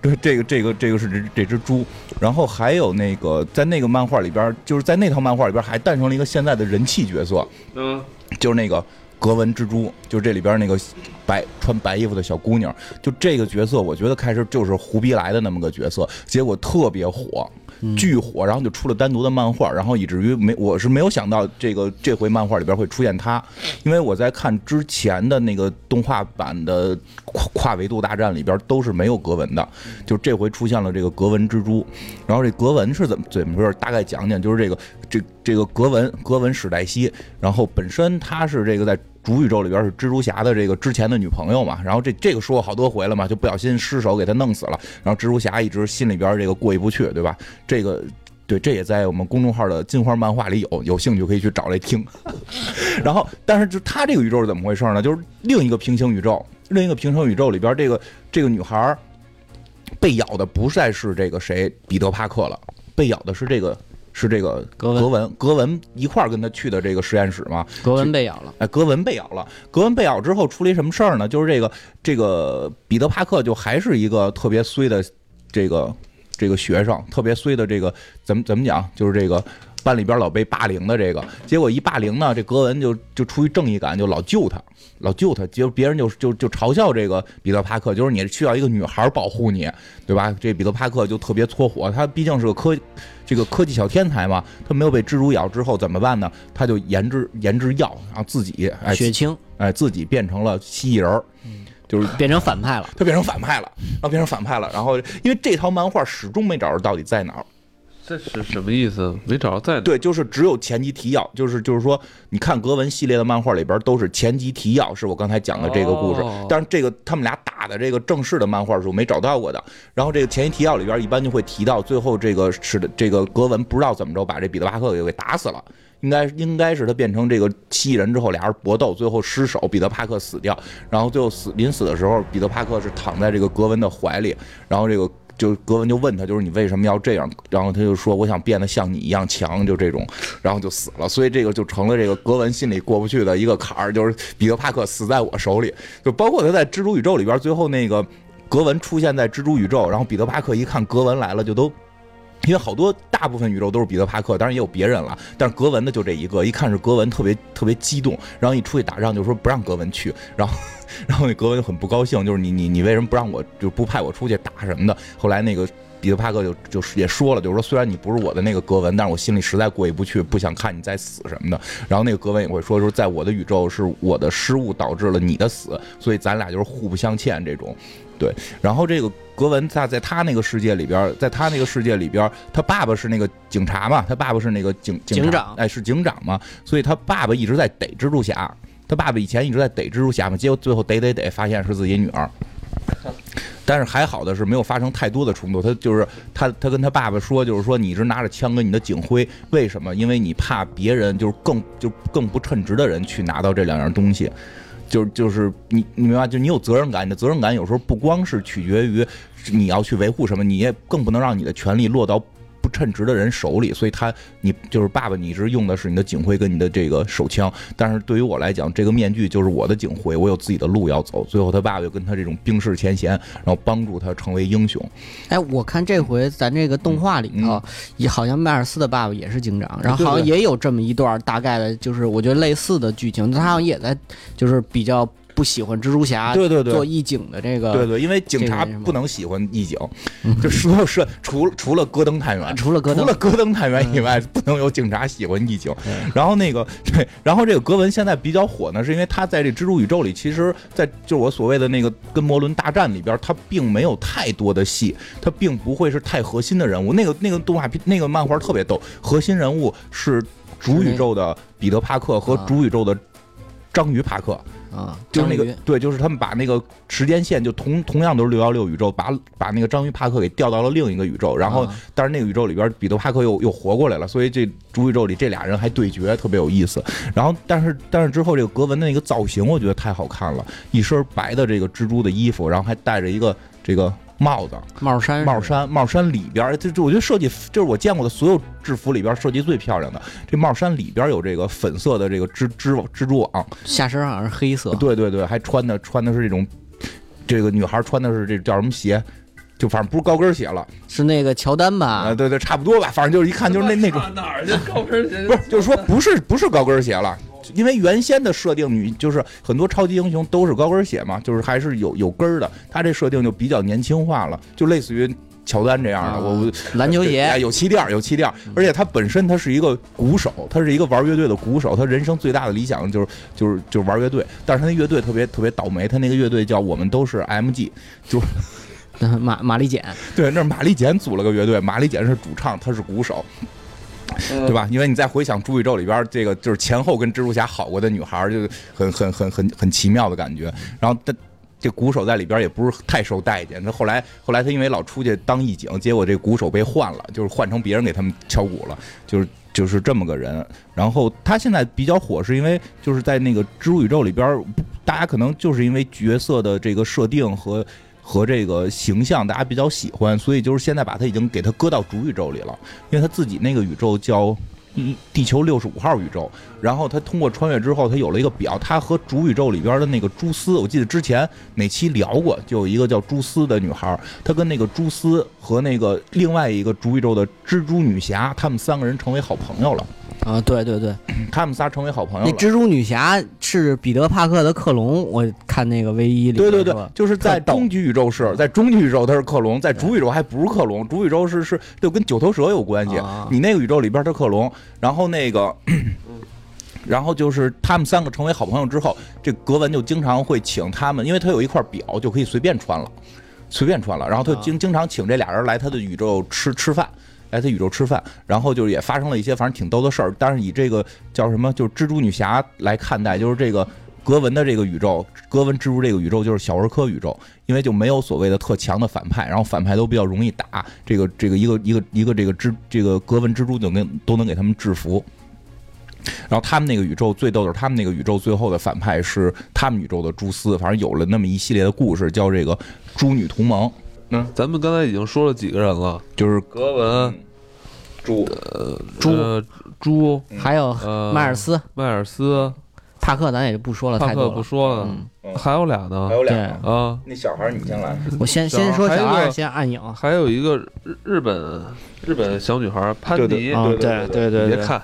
对，这个这个这个是这这只猪，然后还有那个在那个漫画里边，就是在那套漫画里边还诞生了一个现在的人气角色，
嗯，
就是那个格纹蜘蛛，就是这里边那个白穿白衣服的小姑娘，就这个角色，我觉得开始就是胡逼来的那么个角色，结果特别火，巨火，然后就出了单独的漫画，然后以至于没我是没有想到这个这回漫画里边会出现她，因为我在看之前的那个动画版的跨跨维度大战里边都是没有格纹的，就这回出现了这个格纹蜘蛛，然后这格纹是怎么怎么回事？大概讲讲，就是这个这这个格纹格纹史黛西，然后本身她是这个在主宇宙里边是蜘蛛侠的这个之前的女朋友嘛，然后这这个说过好多回了嘛，就不小心失手给她弄死了，然后蜘蛛侠一直心里边这个过意不去，对吧？这个。对，这也在我们公众号的金花漫画里有，有兴趣可以去找来听。然后，但是就她这个宇宙是怎么回事呢？就是另一个平行宇宙，另一个平行宇宙里边，这个这个女孩儿被咬的不再是这个谁彼得帕克了，被咬的是这个是这个
格
格
文
文，格文一块儿跟他去的这个实验室嘛，
格文被咬了，
哎，格文被咬了。格文被咬之后出了一什么事儿呢？就是这个这个彼得帕克就还是一个特别衰的这个这个学生，特别衰的这个怎么怎么讲？就是这个班里边老被霸凌的这个。结果一霸凌呢，这格文就就出于正义感就老救他，老救他。结果别人就就就嘲笑这个彼得帕克，就是你需要一个女孩保护你，对吧？这彼得帕克就特别搓火，他毕竟是个科这个科技小天才嘛，他没有被蜘蛛咬之后怎么办呢？他就研制研制药，然后自己哎
血清
哎自己变成了蜥蜴人儿，就是
变成反派了。
他变成反派了，然后变成反派了，然后因为这套漫画始终没找着到底在哪儿。
这是什么意思？没找着在哪？
对，就是只有前集提要，就是就是说，你看格文系列的漫画里边都是前集提要，是我刚才讲的这个故事
哦。
但是这个他们俩打的这个正式的漫画是我没找到过的。然后这个前集提要里边一般就会提到，最后这个是的，这个格文不知道怎么着把这彼得巴克给给打死了。应该应该是他变成这个蜥蜴人之后，俩人搏斗，最后失手，彼得帕克死掉。然后最后死临死的时候，彼得帕克是躺在这个格文的怀里，然后这个就格文就问他，就是你为什么要这样？然后他就说我想变得像你一样强，就这种，然后就死了。所以这个就成了这个格文心里过不去的一个坎儿，就是彼得帕克死在我手里。就包括他在蜘蛛宇宙里边，最后那个格文出现在蜘蛛宇宙，然后彼得帕克一看格文来了，就都。因为好多大部分宇宙都是彼得帕克，当然也有别人了，但是格文的就这一个，一看是格文，特别特别激动，然后一出去打仗就说不让格文去，然后然后那格文就很不高兴，就是你你你为什么不让我就不派我出去打什么的？后来那个彼得帕克就就也说了，就是说虽然你不是我的那个格文，但是我心里实在过意不去，不想看你再死什么的。然后那个格文也会说，说在我的宇宙是我的失误导致了你的死，所以咱俩就是互不相欠这种。对，然后这个格文在在他那个世界里边儿，在他那个世界里边儿，他爸爸是那个警察嘛，他爸爸是那个警警察
警长
哎，是警长嘛，所以他爸爸一直在逮蜘蛛侠，他爸爸以前一直在逮蜘蛛侠嘛，结果最后逮逮逮，发现是自己女儿。但是还好的是没有发生太多的冲突，他就是他他跟他爸爸说，就是说你一直拿着枪跟你的警徽，为什么？因为你怕别人就是更就更不称职的人去拿到这两样东西，就是就是你你明白？就你有责任感，你的责任感有时候不光是取决于你要去维护什么，你也更不能让你的权利落到。不称职的人手里，所以他你就是爸爸，你一直用的是你的警徽跟你的这个手枪。但是对于我来讲，这个面具就是我的警徽，我有自己的路要走。最后他爸爸就跟他这种冰释前嫌，然后帮助他成为英雄。
哎，我看
嗯
这回咱这个动画里头，也好像迈尔斯的爸爸也是警长，然后好像
对
也有这么一段大概的，就是我觉得类似的剧情，他好像也在就是比较不喜欢蜘蛛侠
对对对
做义警的这个，
对对，因为警察
这个人是吗
不能喜欢义警，就所有是除除了戈登探员，
啊除了戈登嗯
除了戈登探员以外，不能有警察喜欢义警。然后那个对，然后这个格文现在比较火呢，是因为他在这蜘蛛宇宙里，其实在就是我所谓的那个跟摩伦大战里边，他并没有太多的戏，他并不会是太核心的人物。那个那个动画片那个漫画特别逗，核心人物是主宇宙的彼得帕克和
啊
主宇宙的章鱼帕克。
啊，
就是那
章
个
鱼
对，就是他们把那个时间线就同同样都是六幺六宇宙，把把那个章鱼帕克给调到了另一个宇宙，然后、
啊
但是那个宇宙里边彼得帕克又又活过来了，所以这主宇宙里这俩人还对决，特别有意思。然后但是但是之后这个格文的那个造型我觉得太好看了，一身白的这个蜘蛛的衣服，然后还戴着一个这个帽子，
帽衫
帽
是
衫，帽衫里边儿，这这我觉得设计，这是我见过的所有制服里边儿设计最漂亮的。这帽衫里边儿有这个粉色的这个蜘蜘蜘蛛网，
下身好像是黑色，
啊对对对，还穿的穿的是这种，这个女孩穿的是这叫什么鞋？就反正不是高跟鞋了
是那个乔丹
啊、
吧？
对对，差不多吧，反正就是一看就是那那种，
哪儿去高跟鞋？
*laughs* 不是，就是说不是不是高跟鞋了，因为原先的设定女就是很多超级英雄都是高跟鞋嘛，就是还是有有跟儿的，她这设定就比较年轻化了，就类似于乔丹这
啊
样的，啊我我
篮球
哎
鞋，嗯
有气垫儿，有气垫儿，而且他本身他是一个鼓手，他是一个玩乐队的鼓手，他人生最大的理想就是就是就是玩乐队，但是他那乐队特别特别倒霉，他那个乐队叫我们都是 MG，
马马丽简，
*laughs* 对，那是马丽简组了个乐队，马丽简是主唱，他是鼓手，对吧？因为你再回想《朱宇宙》里边儿这个就是前后跟蜘蛛侠好过的女孩儿，就是很很很很很奇妙的感觉。然后他这鼓手在里边儿也不是太受待见，他后来后来他因为老出去当义警，结果这鼓手被换了，就是换成别人给他们敲鼓了，就是。就是这么个人，然后他现在比较火，是因为就是在那个《蜘蛛宇宙》里边儿，不大家可能就是因为角色的这个设定和和这个形象，大家比较喜欢，所以就是现在把他已经给他搁到主宇宙里了，因为他自己那个宇宙叫。嗯地球六十五号宇宙，然后他通过穿越之后，他有了一个表，他和主宇宙里边的那个蛛丝，我记得之前哪期聊过，就有一个叫蛛丝的女孩，她跟那个蛛丝和那个另外一个主宇宙的蜘蛛女侠，她们三个人成为好朋友了，
啊，对对对，
她们仨成为好朋友
那
了。
蜘蛛女侠是彼得帕克的克隆，我看那个 V 一里
对
边
对
是
对
吧，
就是在
特逗嗯
终极宇宙是在终极宇宙他是克隆，在主宇宙还不是克隆，主宇宙是是就跟九头蛇有关系
啊，嗯
你那个宇宙里边他克隆，然后那个。 *clears throat* 然后就是他们三个成为好朋友之后，这格文就经常会请他们，因为他有一块表就可以随便穿了，随便穿了。然后他就经经常请这俩人来他的宇宙吃吃饭，来他宇宙吃饭，然后就是也发生了一些反正挺逗的事儿，但是以这个叫什么，就是蜘蛛女侠来看待，就是这个。格文的这个宇宙，格文蜘蛛这个宇宙就是小儿科宇宙，因为就没有所谓的特强的反派，然后反派都比较容易打，这个这个一个一个一个这个蜘这个格文蜘蛛就能都能给他们制服。然后他们那个宇宙最逗的是，他们那个宇宙最后的反派是他们宇宙的蛛丝，反正有了那么一系列的故事，叫这个蛛女同盟，
咱们刚才已经说了几个人了，
就是
格文、
蛛
猪
呃、猪、
还有
呃
迈尔斯、
迈尔斯、
帕克，咱也就不说了，
帕
太
克
多
不
了。
说了，
嗯
还有俩呢
有
对，
啊，
那小孩儿你先来，
我先
小孩
先说
还有
小
一
二，
个
先暗影。啊，
还有一个日日本日本小女孩潘
对对
妮，
啊对
对对
你嗯别
对，
看，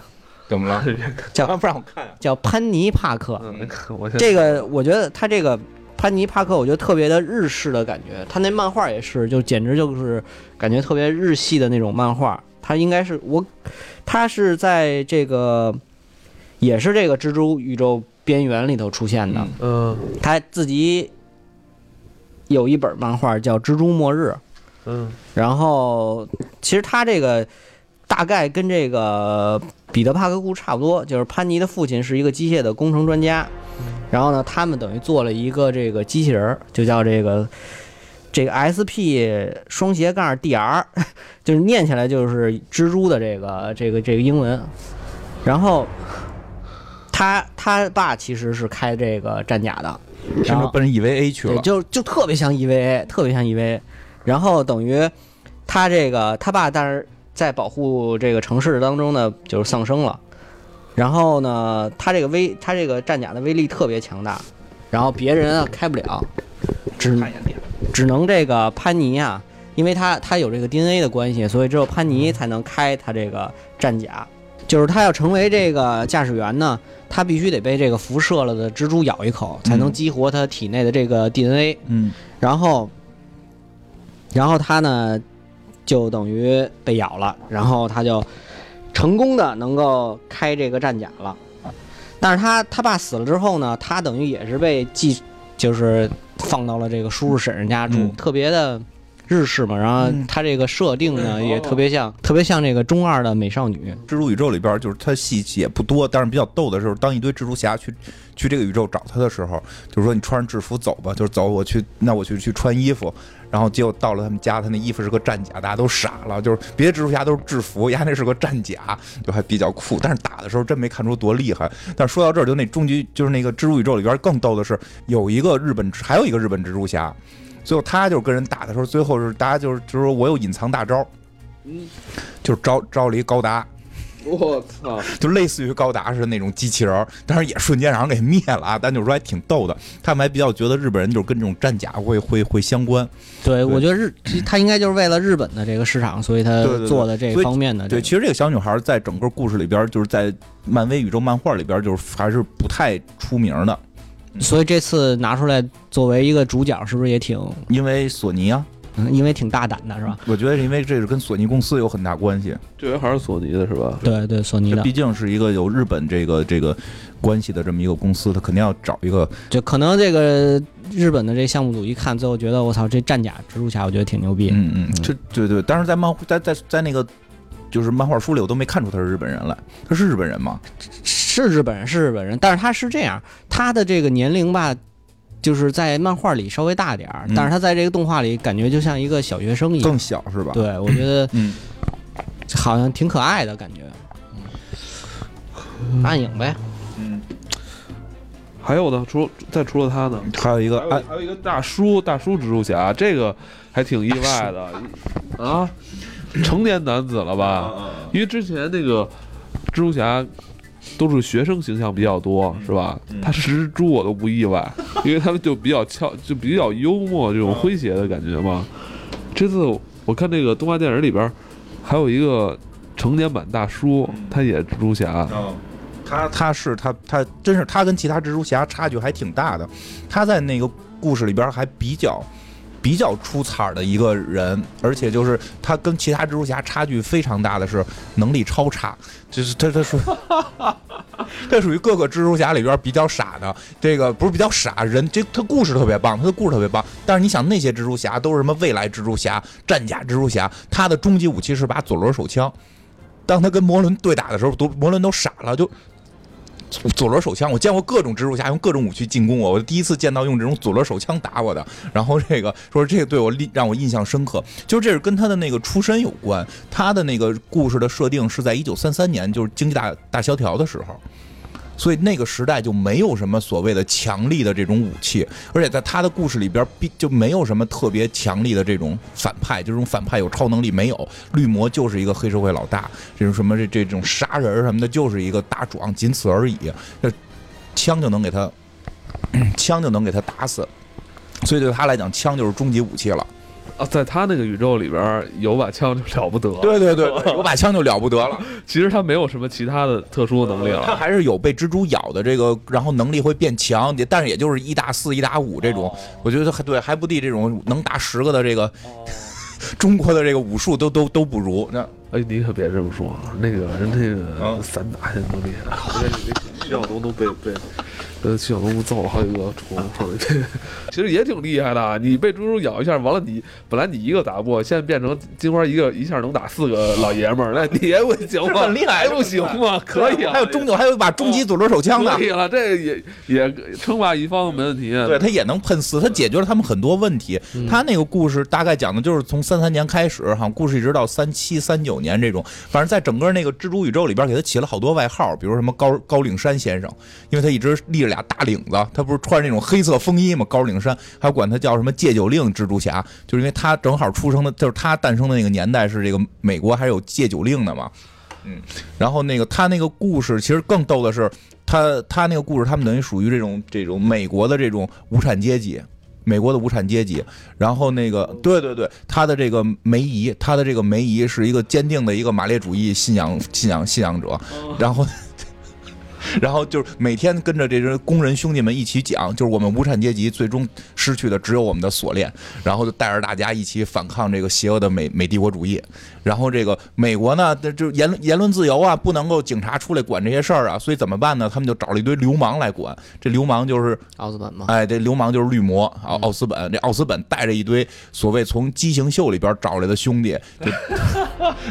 怎 *laughs* 么了？
叫
不让我看啊呀、
叫潘尼帕克。
嗯，我先
这个我觉得他这个潘尼帕克，我觉得特别的日式的感觉。他那漫画也是，就简直就是感觉特别日系的那种漫画。他应该是我，他是在这个也是这个蜘蛛宇宙边缘里头出现的。
嗯
嗯
他自己有一本漫画叫《蜘蛛末日》，
嗯
然后其实他这个大概跟这个彼得·帕克库差不多，就是潘尼的父亲是一个机械的工程专家，然后呢，他们等于做了一个这个机器人儿，就叫这个这个 SP 双斜杠 DR，就是念起来就是蜘蛛的这个这个这个英文，然后。他他爸其实是开这个战甲的，
听
然
着
后
奔 EVA 去
对，
了，
就就特别像 EVA，特别像 EVA。然后等于他这个他爸，但是在保护这个城市当中呢，就是丧生了。然后呢，他这个威，他这个战甲的威力特别强大，然后别人啊开不了，只
看一眼点。
只能这个潘尼啊，因为他他有这个 DNA 的关系，所以只有潘尼才能开他这个战甲。就是他要成为这个驾驶员呢，他必须得被这个辐射了的蜘蛛咬一口，才能
嗯
激活他体内的这个 DNA。
嗯，
然后，然后他呢，就等于被咬了，然后他就成功的能够开这个战甲了。但是他他爸死了之后呢，他等于也是被寄，就是放到了这个叔叔婶婶家住，
嗯
特别的日式嘛。然后
嗯
他这个设定呢，
嗯
也
哦
特别像，特别像这个中二的美少女。
蜘蛛宇宙里边，就是它戏也不多，但是比较逗的是，当一堆蜘蛛侠去去这个宇宙找他的时候，就是说你穿上制服走吧，就是走，我去，那我去去穿衣服。然后结果到了他们家，他那衣服是个战甲，大家都傻了，就是别的蜘蛛侠都是制服，丫那是个战甲，就还比较酷。但是打的时候真没看出多厉害。但是说到这儿，就那终极就是那个蜘蛛宇宙里边更逗的是，有一个日本，还有一个日本蜘蛛侠，最后他就是跟人打的时候，最后是大家就是就是说我有隐藏大招，就是招招了一高达，
嗯我操，
就类似于高达似的那种机器人儿，当然也瞬间让人给灭了啊！但就是说还挺逗的，他们还比较觉得日本人就是跟这种战甲会会会相关。
对，我觉得日他应该就是为了日本的这个市场，所以他
对对对
做的这
所以
方面的这
对，
个
其实这个小女孩在整个故事里边，就是在漫威宇宙漫画里边，就是还是不太出名的，
所以这次拿出来作为一个主角，是不是也挺，
因为索尼啊，
嗯因为挺大胆的，是吧？
我觉得是因为这是跟索尼公司有很大关系，
这回还是索尼的是吧？
对对，索尼
这
的
毕，竟是一个有日本这个这个关系的这么一个公司，他肯定要找一个
就可能这个日本的这项目组一看，最后觉得我操，这战甲蜘蛛侠，我觉得挺牛逼。
嗯嗯，这对对，但是在漫在在在那个就是漫画书里，我都没看出他是日本人来，他是日本人吗？
是日本人，是日本人，但是他是这样，他的这个年龄吧，就是在漫画里稍微大点儿，
嗯
但是他在这个动画里感觉就像一个小学生一样。
更小是吧？，
对，我觉得
嗯，
好像挺可爱的感觉。嗯暗影呗，
还有呢，除再除了他呢，
还有一个
还有
暗
还有一个大叔，大叔蜘蛛侠，啊这个还挺意外的啊，成年男子了吧？因为之前那个蜘蛛侠都是学生形象比较多，是吧？他是蜘蛛我都不意外，因为他们就比较俏，就比较幽默这种诙谐的感觉嘛。这次我看那个动画电影里边，还有一个成年版大叔，他也蜘蛛侠，
啊他他是他他真是他跟其他蜘蛛侠差距还挺大的，他在那个故事里边还比较。比较出彩儿的一个人，而且就是他跟其他蜘蛛侠差距非常大的是能力超差，就是他他说，这属于各个蜘蛛侠里边比较傻的，这个不是比较傻人，这他故事特别棒，他的故事特别棒。但是你想，那些蜘蛛侠都是什么未来蜘蛛侠、战甲蜘蛛侠，他的终极武器是把左轮手枪。当他跟摩伦对打的时候，都摩伦都傻了，就。左轮手枪，我见过各种蜘蛛侠用各种武器进攻我，我第一次见到用这种左轮手枪打我的。然后这个说这个对我印让我印象深刻，就是这是跟他的那个出身有关。他的那个故事的设定是在一九三三年，就是经济大大萧条的时候，所以那个时代就没有什么所谓的强力的这种武器，而且在他的故事里边，必就没有什么特别强力的这种反派，就这种反派有超能力没有？绿魔就是一个黑社会老大，这种什么这这种杀人什么的，就是一个大壮，仅此而已。那枪就能给他， *coughs* 枪就能给他打死，所以对他来讲，枪就是终极武器了。
啊，在他那个宇宙里边儿有把枪就了不得，
对对对，对有把枪就了不得了。
其实他没有什么其他的特殊能力 *laughs*
他
了。
还是有被蜘蛛咬的这个，然后能力会变强，也但是也就是一打四、一打五这
哦
种，我觉得还对还不敌这种能打十个的这个
哦
*laughs* 中国的这个武术都都都不如。
*laughs*
那
哎，你可别这么说，啊那个人那
嗯
个散打现在都厉害，啊我感觉徐晓东都被被。呃，徐晓东不揍了好几个虫， *laughs* 其实也挺厉害的。啊你被蜘蛛咬一下，完了你本来你一个打不过，现在变成金花一个一下能打四个老爷们儿，那你也不行吗？
*laughs* 很厉害
还不行
*laughs*
吗？可以啊，
还有终究还有一把终极左轮手枪呢
可，以了，这也也称霸一方没问题。啊
对他也能喷死，他解决了他们很多问题。他那个故事大概讲的就是从三三年开始，哈，故事一直到三七、三九年这种，反正在整个那个蜘蛛宇宙里边，给他起了好多外号，比如什么高高岭山先生，因为他一直立着俩大领子，他不是穿着那种黑色风衣嘛，高岭山，还有管他叫什么戒酒令蜘蛛侠，就是因为他正好出生的，就是他诞生的那个年代是这个美国还有戒酒令的嘛。嗯，然后那个他那个故事其实更逗的是，他他那个故事，他们等于属于这种这种美国的这种无产阶级，美国的无产阶级。然后那个对对对，他的这个梅姨，他的这个梅姨是一个坚定的一个马列主义信仰信仰信仰者，然后。 *laughs* 然后就是每天跟着这些工人兄弟们一起讲，就是我们无产阶级最终失去的只有我们的锁链，然后就带着大家一起反抗这个邪恶的美美帝国主义。然后这个美国呢，这就是言言论自由啊，不能够警察出来管这些事儿啊，所以怎么办呢？他们就找了一堆流氓来管。这流氓就是
奥斯本嘛，
哎，这流氓就是绿魔奥
嗯
奥斯本，这奥斯本带着一堆所谓从畸形秀里边找来的兄弟，
*laughs*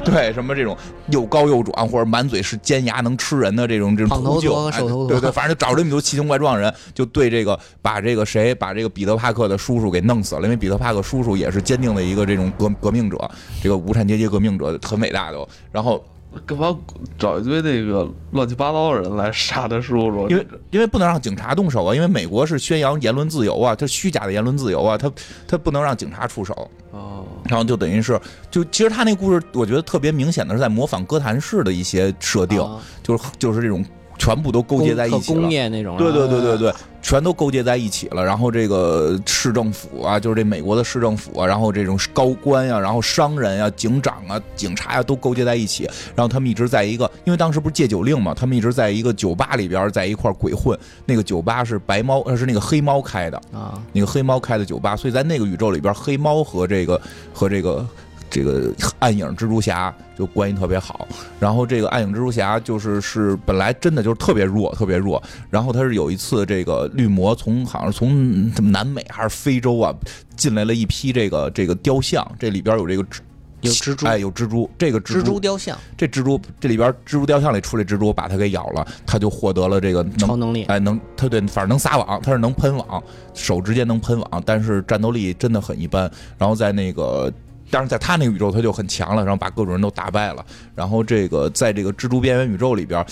就对什么这种又高又壮或者满嘴是尖牙能吃人的这种这种
胖头
秃鹫，
鹫和
哎
瘦头鹫
对对，反正就找这么多奇形怪状人，就对这个把这个谁把这个彼得帕克的叔叔给弄死了，因为彼得帕克叔叔也是坚定的一个这种革革命者，这个无产阶级革命者很伟大的哦，然后
干嘛找一堆那个乱七八糟的人来杀他叔叔？
呃
因为因为不能让警察动手啊，因为美国是宣扬言论自由啊，它虚假的言论自由啊，它它不能让警察出手。
哦，
然后就等于是，就其实他那故事，我觉得特别明显的是在模仿哥谭市的一些设定，
啊
就是就是这种全部都勾结在一
工
起
和
了
工。业那啊种，
对对对对对，全都勾结在一起了。然后这个市政府啊，就是这美国的市政府啊，然后这种高官呀、然后商人呀、警长啊、警察呀、都勾结在一起。然后他们一直在一个，因为当时不是戒酒令嘛，他们一直在一个酒吧里边在一块儿鬼混。那个酒吧是白猫，呃是那个黑猫开的，
啊，
那个黑猫开的酒吧，所以在那个宇宙里边，黑猫和这个和这个这个暗影蜘蛛侠就关系特别好。然后这个暗影蜘蛛侠就是是本来真的就是特别弱，特别弱。然后他是有一次这个绿魔从好像是从怎么南美还是非洲啊进来了一批这个这个雕像，这里边有这个蜘
有蜘蛛，
哎有蜘蛛，这个
蜘
蛛
蛛雕像，
这蜘蛛这里边蜘蛛雕像里出来蜘蛛把它给咬了，它就获得了这个能
超能力
哎，能，它对，反正能撒网，它是能喷网，手直接能喷网，但是战斗力真的很一般。然后在那个，但是在他那个宇宙他就很强了，然后把各种人都打败了。然后这个在这个蜘蛛边缘宇宙里边。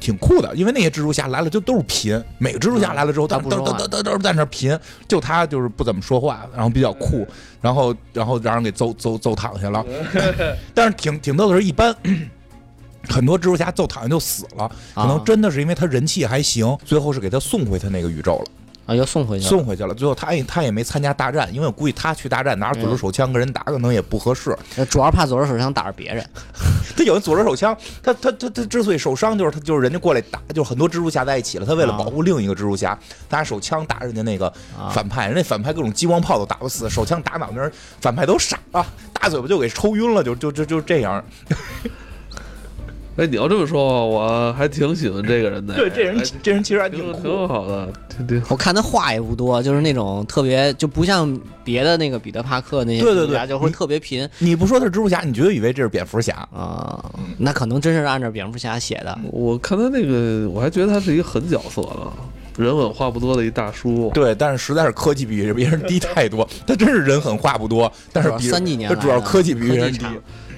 挺酷的，因为那些蜘蛛侠来了就都是贫，每个蜘蛛侠来了之后，
他
都
嗯不
都
说
都
话
都都都在那儿贫，就他就是不怎么说话，然后比较酷，然后然后让人给揍揍揍躺下了，但是挺挺逗的是，一般 *clears throat* 很多蜘蛛侠揍躺下就死了，可能真的是因为他人气还行，最后是给他送回他那个宇宙了，
啊，要送回去了，
送回去了。最后他也他也没参加大战，因为我估计他去大战拿着左轮手枪跟人打，可能也不合适。
呃主要怕左轮手枪打着别人，
他有人左轮手枪，他他他他之所以受伤，就是他就是人家过来打，就是很多蜘蛛侠在一起了，他为了
啊
保护另一个蜘蛛侠，拿手枪打人家那个
啊
反派，人家反派各种激光炮都打不死，手枪打脑门儿，反派都傻了，大嘴巴就给抽晕了，就就就就这样。
哎，你要这么说，我还挺喜欢这个人的。
对，这人
哎
这人其实还挺
挺
酷。
挺好的，挺挺
我看他话也不多，就是那种特别就不像别的那个彼得帕克那些
对对对嗯
蜘蛛侠就会特别贫
你不说他是蜘蛛侠，你绝对以为这是蝙蝠侠。
啊、
嗯
那可能真是按照蝙蝠侠写的。
我看他那个，我还觉得他是一个狠角色呢，人狠话不多的一大叔。
对，但是实在是科技比别人低太多，他真是人狠话不多，但是
主要
比
三几年
他
来
主要
的
科技比别人
科技
低
差。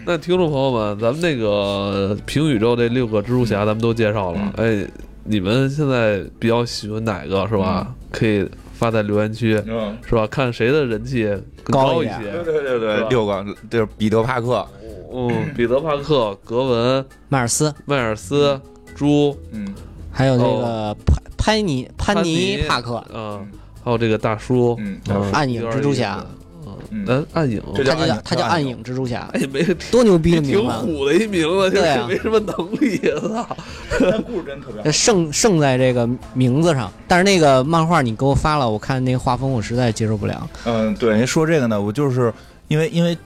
那听众朋友们，咱们那个平宇宙这六个蜘蛛侠，咱们都介绍了。
嗯
哎，你们现在比较喜欢哪个是吧？可以发在留言区，
嗯，
是吧？看谁的人气更
高
高
一
一
点
些。
对对
是
对
吧
六个就是彼得帕克，
嗯，彼得帕克、格文、
迈尔斯，
迈尔斯、猪，
嗯，
还有这
哦
个潘潘尼潘尼
尼
帕克，
嗯，还有这个大叔，
嗯
暗影蜘蛛侠，
嗯，咱暗影，
这
他就
叫暗
叫
影
他叫
叫暗
暗
影
影蜘蛛侠，
哎
*laughs*
没
多牛逼的名
挺
字啊！
虎的一名字，就
对
是
啊
没什么能力啊！操
那故事真特别
这胜胜在这个名字上，但是那个漫画你给我发了，我看那个画风我实在接受不了。
嗯，对，您说这个呢，我就是因为因为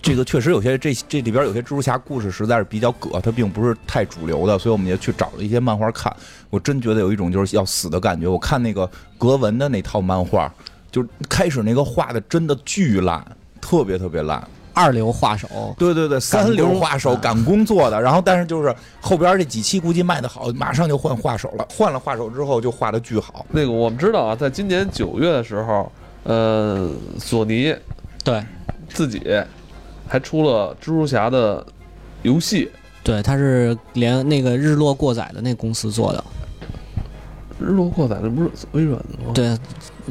这个确实有些这这里边有些蜘蛛侠故事实在是比较葛，它并不是太主流的，所以我们也去找了一些漫画看。我真觉得有一种就是要死的感觉。我看那个格文的那套漫画，就是开始那个画的真的巨烂，特别特别烂。
二流画手，
对对对，三流嗯画手
赶
赶工做的，然后但是就是后边这几期估计卖的好，马上就换画手了。换了画手之后就画的巨好。
*laughs* 那个我们知道啊，在今年九月的时候，呃，索尼
对
自己还出了蜘蛛侠的游戏，
对，他是连那个日落过载的那公司做的，
哦日落过载那不是微软的 *laughs* 吗？
对，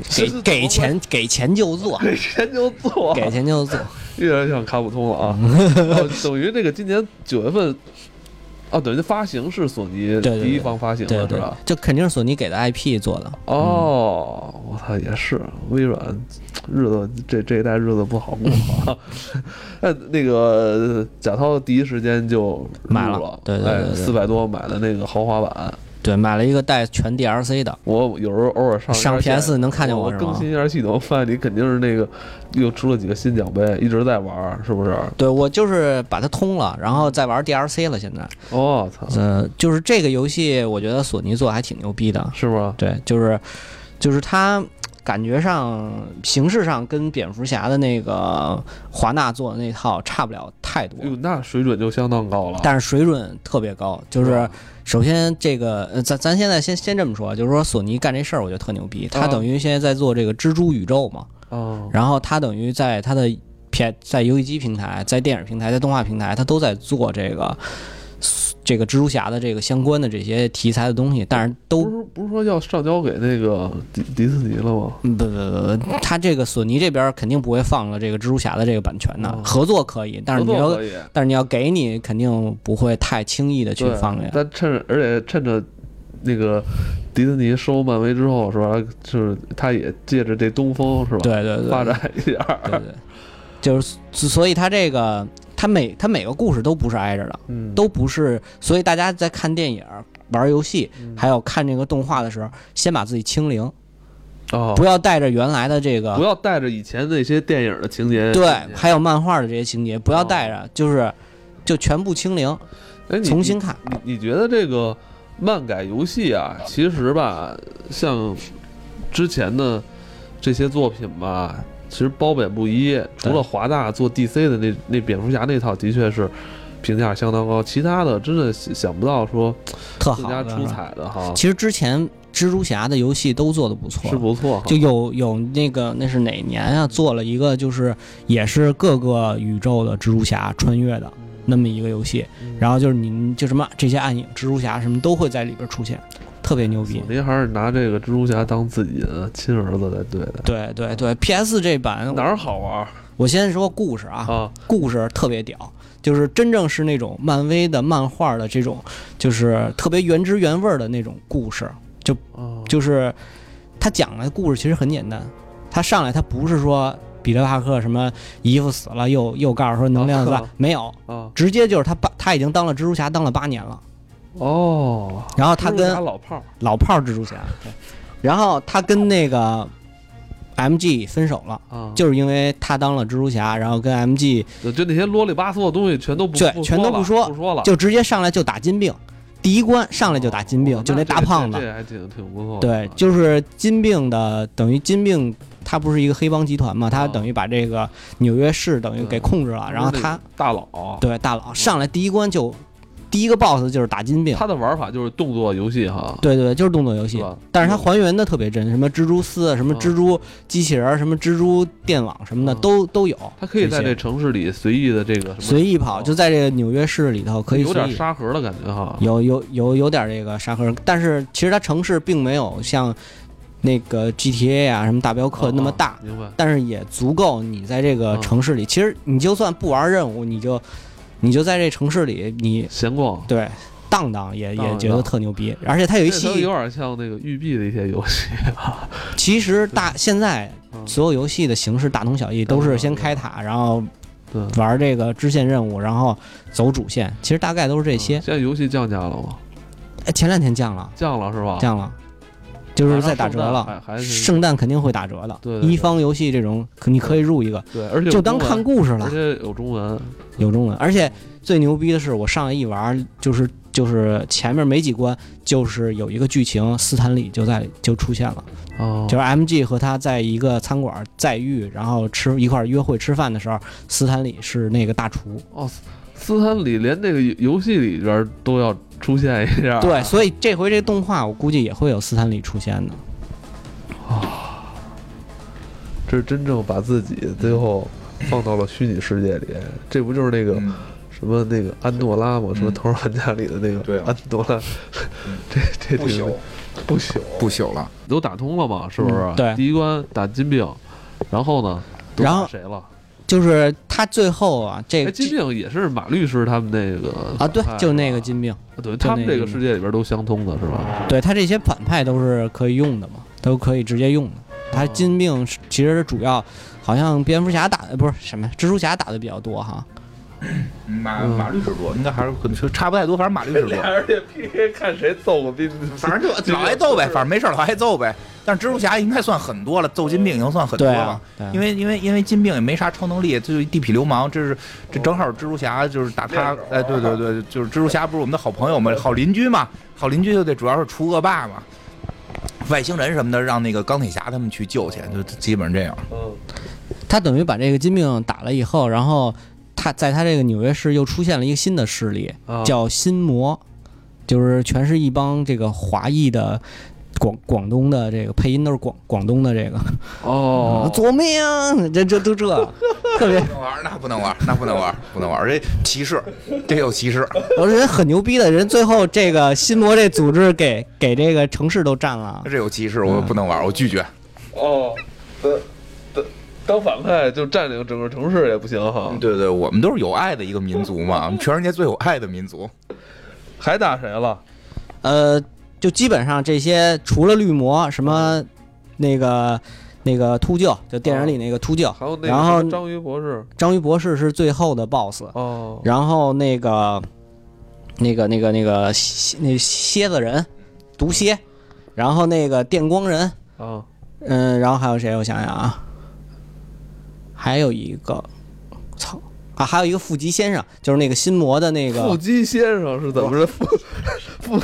这
给
是
给
怎么哦
钱给钱就
*laughs*
做，
回事，给钱就做，
给钱就做。
越来越像卡普通了啊！
*laughs*
哦等于这个今年九月份，哦，等于发行是索尼
对对
第一方发行
对
的是
对
吧？，
这肯定是索尼给的 IP 做的。
哦，我操，也是微软日子这这一代日子不好过啊。那那个贾涛第一时间就入
买了
了，哎
对对对对
四百多买的那个豪华版。
对，买了一个带全 DLC 的，
我有时候偶尔上
上
一下
PS
线
能看见
哦我
我是吗
更新一下系统，发现你肯定是那个又出了几个新奖杯，一直在玩儿，是不是？
对我就是把它通了，然后再玩 DLC 了。现在，
哦，操，
呃，就是这个游戏，我觉得索尼做还挺牛逼的。
是吗？
对，就是就是它感觉上形式上跟蝙蝠侠的那个华纳做的那套差不了太多，
哟，那水准就相当高了。
但是水准特别高。就是
啊吧
首先这个，呃咱咱现在先先这么说，就是说索尼干这事儿，我觉得特牛逼。他
啊
等于现在在做这个蜘蛛宇宙嘛，
哦，
然后他等于在他的片在游戏机平台、在电影平台、在动画平台，他都在做这个。这个蜘蛛侠的这个相关的这些题材的东西，但是都
不是不是说要上交给那个迪迪士尼了吗？
嗯不不不不，他这个索尼这边肯定不会放了这个蜘蛛侠的这个版权的
哦，
合作可以，但是你
合作
要
可以。
但是你要给你，肯定不会太轻易的去
对，
放这个。
但趁着，而且趁着那个迪士尼收漫威之后，是吧？就是他也借着这东风，是吧？
对对对，
发展一点
对
儿，
对，就是所以他这个他每他每个故事都不是挨着的，
嗯，
都不是，所以大家在看电影、玩游戏，
嗯
还有看这个动画的时候，先把自己清零，
哦，
不要带着原来的这个
不要带着以前那些电影的情节。哎
对，还有漫画的这些情节，不要带着，就是就全部清零，
哎，你
重新看。
你你觉得这个漫改游戏啊，其实吧，像之前的这些作品吧，其实褒贬不一。除了华纳做 DC 的那那蝙蝠侠那套，的确是评价相当高，其他的真的想想不到说
特
更
好
加
的
出
是吧
彩的哈，
其实之前蜘蛛侠的游戏都做的不错，
是不错哈。
就有有那个那是哪年啊？做了一个就是也是各个宇宙的蜘蛛侠穿越的那么一个游戏，
嗯
然后就是你就什么这些暗影蜘蛛侠什么都会在里边出现，特别牛逼
索。尼还是拿这个蜘蛛侠当自己的亲儿子来对待，
对对对，PS 这版
哪儿好玩
我先说故事啊，
啊？
故事特别屌，就是真正是那种漫威的漫画的这种，就是特别原汁原味儿的那种故事，
啊，
就是他讲的故事其实很简单，他上来他不是说彼得帕克什么姨夫死了又又告诉说能量子弹、
啊
没有，
啊
直接就是他爸他已经当了蜘蛛侠当了八年了，
哦，
然后他
蜘蛛侠
跟
老炮儿
老炮儿蜘蛛侠，对然后他跟那个 MG 分手了，
啊，
就是因为他当了蜘蛛侠，然后跟 MG
就那些啰里吧嗦的东西全都不
对
不
全都
不
不说
不说了，
就直接上来就打金病，第一关上来就打金病，
哦
就那大胖
这
子。
这还挺挺不错的。啊
对，就是金病的，等于金病，他不是一个黑帮集团嘛，他
哦嗯
等于把这个纽约市等于给控制啊了，然后
那个
他
大佬，啊
对大佬上来第一关就第一个 boss 就是打金病，
他的玩法就是动作游戏哈，
对对，对就是动作游
是
戏，
吧？
但是它还原的特别真，什么蜘蛛丝、什么蜘蛛机器人儿、什么蜘蛛电网什么的
嗯
都都有。
他哦可以在
这
这
些
城市里随意的这个什么，
随意跑，
哦
就在这个纽约市里头可以
有
随
点
意。
沙盒的感觉哈。
有有有有点这个沙盒，但是其实它城市并没有像那个 GTA 啊什么大镖客
哦
那么
哦
大，
明白？
但是也足够你在这个城市里。其实你就算不玩任务，你就你就在这城市里，你
闲逛，
对荡荡也
荡
也
荡
觉得特牛逼。而且它有一
这都有
系，
点像那个育碧的一些游戏
*laughs*
吧。
其实大现在
嗯
所有游戏的形式大同小异，
大同
都是
小
先
异
开塔，然后
对，
玩这个支线任务，然后走主线。其实大概都是这些
嗯。现在游戏降价了吗？
哎，前两天降了，
降了是吧？
降了，就是在打折了。
还还是
圣诞肯定会打折的。
对对对
一方游戏这种，可你可以入一个，
对，而且有
就当
中文
看故事了
而，且有中文，
有中文。而且最牛逼的是，我上来一玩，就是就是前面没几关，就是有一个剧情，斯坦李就在就出现了，
哦
就是 MG 和他在一个餐馆再遇，然后吃一块儿约会吃饭的时候，斯坦李是那个大厨。
哦，斯斯坦李连那个游戏里边都要出现一下，
对，所以这回这动画我估计也会有斯坦李出现的。
这是真正把自己最后放到了虚拟世界里，这不就是那个、
嗯
什么那个安诺拉
嗯
吗？什么《头号玩家》里的那个、
对啊
安诺
*laughs*
拉，这这
不
挺
朽，
不朽
不朽了。
都打通了嘛？是不是？
嗯对
第一关打金病，然后呢？都
然后
打谁了？
就是他最后啊，这
哎，
个
金病也是马律师他们那个
啊，对
反派，
就那个
是吧，啊
金病，
对
就
他们
那
这
个
个世界里边都相通的是 *laughs* 吧？
对他这些反派都是可以用的嘛，都可以直接用的。他金病是其实主要好像蝙蝠侠打的不是什么蜘蛛侠打的比较多哈，
马
嗯
马律师多，应该还是可能就差不太多，反正马律师多。
人也 PK 看谁揍个兵，
*laughs* 反正就老挨揍呗，反正没事儿老挨揍呗。但是蜘蛛侠应该算很多了，揍金病已经算很多
对
了
啊。，对啊
因为因为因为金病也没啥超能力，就是地痞流氓，这是这正好蜘蛛侠就是打他
练手，
哎，对对 *laughs* 对，就是蜘蛛侠不是我们的好朋友嘛，好邻居嘛，好邻居就得主要是除恶霸嘛，外星人什么的让那个钢铁侠他们去救去，就基本上这样。
嗯，
他等于把这个金病打了以后，然后他在他这个纽约市又出现了一个新的势力，
啊
叫新魔，就是全是一帮这个华裔的。广广东的这个配音都是广广东的这个， *laughs*
哦，
救命！这这都这，特别
不能玩，那不能玩， *laughs* 那不能玩，不能玩，这歧视，这有歧视。
我说人很牛逼的人，最后这个新魔这组织给给这个城市都占了。
这有歧视，我不能玩，我拒绝。
哦，当当当反派就占领整个城市也不行哈。
嗯
对对，我们都是有爱的一个民族嘛，全世界最有爱的民族。
还打谁了？
呃，就基本上这些，除了绿魔，什么那个那个秃鹫，就电影里那个秃鹫，
哦还有那个
然后
什么章鱼博士
章鱼博士是最后的 BOSS，
哦，
然后那个那个那个那个蝎那蝎子人，毒蝎，然后那个电光人，
啊，
嗯，然后还有谁？我想想啊，还有一个，操啊，还有一个腹肌先生，就是那个心魔的那
腹
个
肌先生是怎么着？腹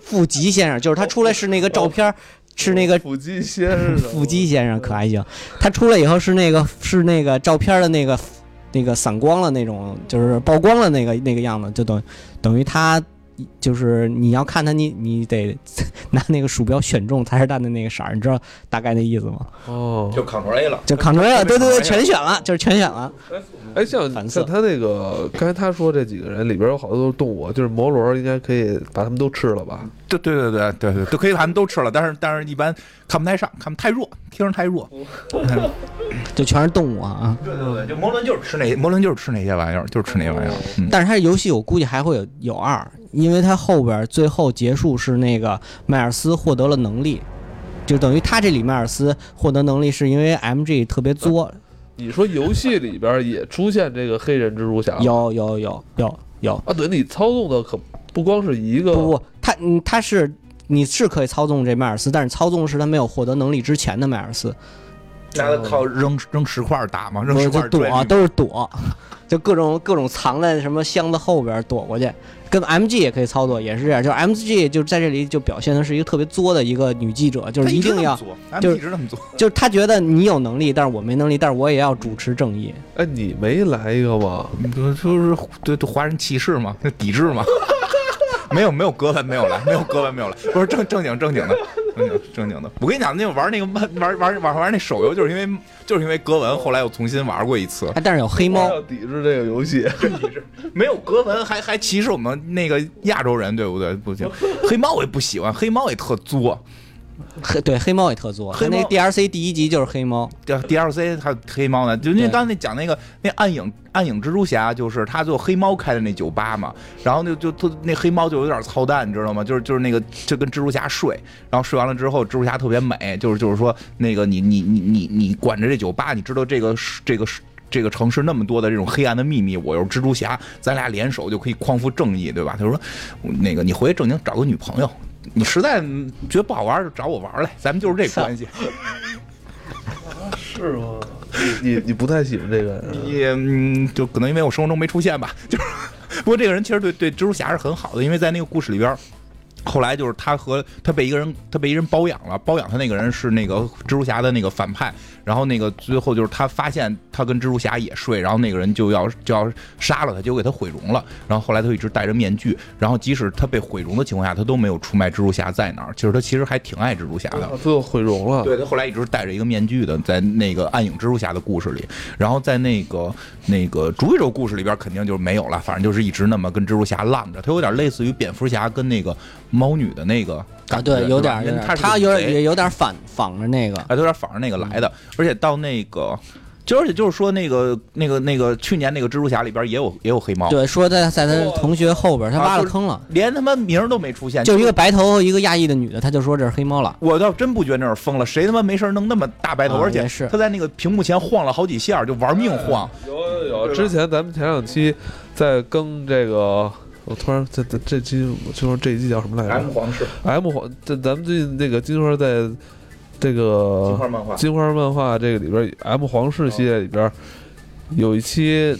腹肌先生，就是他出来是那个照片儿，是那个
腹肌先生，
*laughs* 腹肌先生，可还行？他出来以后是那个是那个照片的那个那个散光了那种，就是曝光了那个那个样子，就等等于他。就是你要看他，你你得 *laughs* 拿那个鼠标选中才是他的那个色儿，你知道大概那意思吗？
哦。
Ctrl A 了。
就 Ctrl，对对对，
哎
全选了，就是全选了。
哎，像
反
像
色
他那个刚才他说这几个人里边有好多都是动物，就是摩罗应该可以把他们都吃了吧？
对对对对对对，都可以把他们都吃了，但是但是一般看不太上，看不太弱，听着太弱。
就全是动物啊。
对对对，就摩伦就是吃那摩伦就是吃那些玩意儿，就是吃那些玩意儿。嗯，
但是它游戏我估计还会有有二，因为它后边最后结束是那个迈尔斯获得了能力，就等于他这里迈尔斯获得能力是因为 MG 特别作，
你说游戏里边也出现这个黑人蜘蛛
呃
侠？
有有有有有，
啊，对你操纵的可不光是一个
不不，他嗯他是你是可以操纵这迈尔斯，但是操纵是他没有获得能力之前的迈尔斯，
那他靠扔扔石块打吗？扔
不
石
是就
块
躲、
拽你吗
都是躲，就各种各种藏在什么箱子后边躲过去。跟 MG 也可以操作，也是这样。就是 MG 就在这里就表现的是一个特别作的一个女记者，就是
他
一
直那
定
么
要，
做，他
就是
一直那么做。
就是她觉得你有能力，但是我没能力，但是我也要主持正义。
哎，你没来一个吗？
就是对对华人歧视嘛，那抵制嘛。 *laughs* 没有没有哥们没有来，没有哥们没有来，不是正正经正经的，正经正经的。我跟你讲，那个玩那个漫玩玩玩玩那手游，就是因为就是因为格文，后来又重新玩过一次。
哎，但是有黑猫
要，抵制这个游戏，
没有格文还还歧视我们那个亚洲人，对不对？不行，黑猫我也不喜欢，黑猫也特作。
黑对黑猫也特作。
黑
她那
猫
DRC 第一集就是黑猫，
对 DLC 还有黑猫呢，就因为
对
刚才那讲那个那暗影暗影蜘蛛侠，就是他最后黑猫开的那酒吧嘛，然后就就他那黑猫就有点操蛋，你知道吗？就是就是那个就跟蜘蛛侠睡，然后睡完了之后，蜘蛛侠特别美，就是就是说那个你你你你你管着这酒吧，你知道这个是这个是。这个城市那么多的这种黑暗的秘密，我又是蜘蛛侠，咱俩联手就可以匡扶正义，对吧？他说，嗯那个你回去正经找个女朋友，你实在嗯觉得不好玩就找我玩来，咱们就是这关系。
是吗？你你不太喜欢这个呀？
也嗯，就可能因为我生活中没出现吧， *laughs* 就是。不过这个人其实对对蜘蛛侠是很好的，因为在那个故事里边儿，后来就是他和他被一个人他被一人包养了，包养他那个人是那个蜘蛛侠的那个反派，然后那个最后就是他发现他跟蜘蛛侠也睡，然后那个人就要就要杀了他，结果给他毁容了，然后后来他就一直戴着面具，然后即使他被毁容的情况下，他都没有出卖蜘蛛侠在哪儿，其实他其实还挺爱蜘蛛侠的。
啊最后毁容
啊
了。
对他后来一直戴着一个面具的，在那个《暗影蜘蛛侠》的故事里，然后在那个那个《逐一咒》故事里边肯定就是没有了，反正就是一直那么跟蜘蛛侠浪着，他有点类似于蝙蝠侠跟那个猫女的那个
啊，
感觉
对，有点
吧
儿有
因为
点儿，哦
他
她
是
有
个
点
贼啊
也有点反仿着那个。
啊，有点仿着那个来的，而且到那个。就而且就是说，那个、那个、那个，去年那个蜘蛛侠里边也有也有黑猫，
对，说在在他同学后边，他
啊
挖了
就是
坑了，
连他妈名儿都没出现，
哎就一个白头一个亚裔的女的，他就说这是黑猫了。
我倒真不觉得那是疯了，谁他妈没事儿弄那么大白头？
啊
而且
也是
他在那个屏幕前晃了好几下，就玩命晃。
有有有，
对吧
之前咱们前两期在更这个，我突然这这这期我就说这一季叫什么来着
皇室
？M 黄，这咱们最近那个金花在这
嗯
个
漫画
金花漫画这个里边，M 皇室系列里边有一期，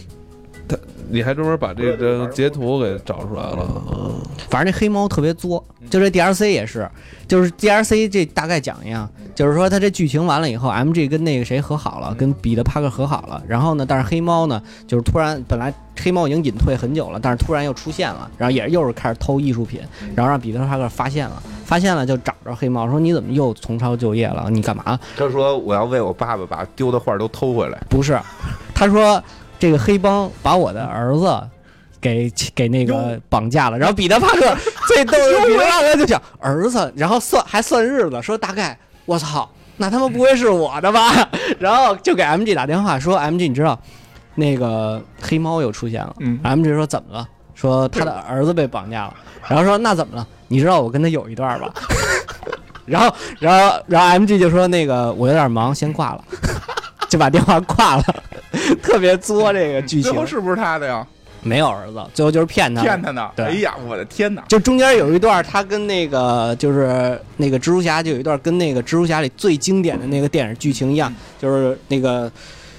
他你还专门把这张截图给找出来了，嗯，
反正那黑猫特别作，就这 DLC 也是，就是 DLC 这大概讲一下，就是说他这剧情完了以后，MG 跟那个谁和好了，跟彼得帕克和好了，然后呢，但是黑猫呢，就是突然本来黑猫已经隐退很久了，但是突然又出现了，然后也又是开始偷艺术品，然后让彼得帕克发现了，发现了就找着黑猫说你怎么又重操旧业了？你干嘛？
他说我要为我爸爸把丢的画都偷回来。
不是，他说这个黑帮把我的儿子给给那个绑架了，然后彼得帕克最逗的是彼得帕克就想儿子，然后算还算日子，说大概我操，那他妈不会是我的吧？ *laughs* 然后就给 MG 打电话说 MG 你知道那个黑猫又出现了，
嗯
MG 说怎么了？说他的儿子被绑架了，然后说那怎么了？你知道我跟他有一段吧？ *laughs* 然后，然后，然后 MG 就说那个我有点忙，先挂了， *laughs* 就把电话挂了， *laughs* 特别作这个剧
最
情。
后是不是他的呀？
没有儿子，最后就是骗他。
骗他呢！
对
哎呀，我的天哪！
就中间有一段，他跟那个就是那个蜘蛛侠，就有一段跟那个蜘蛛侠里最经典的那个电影剧情一
嗯
样，就是那个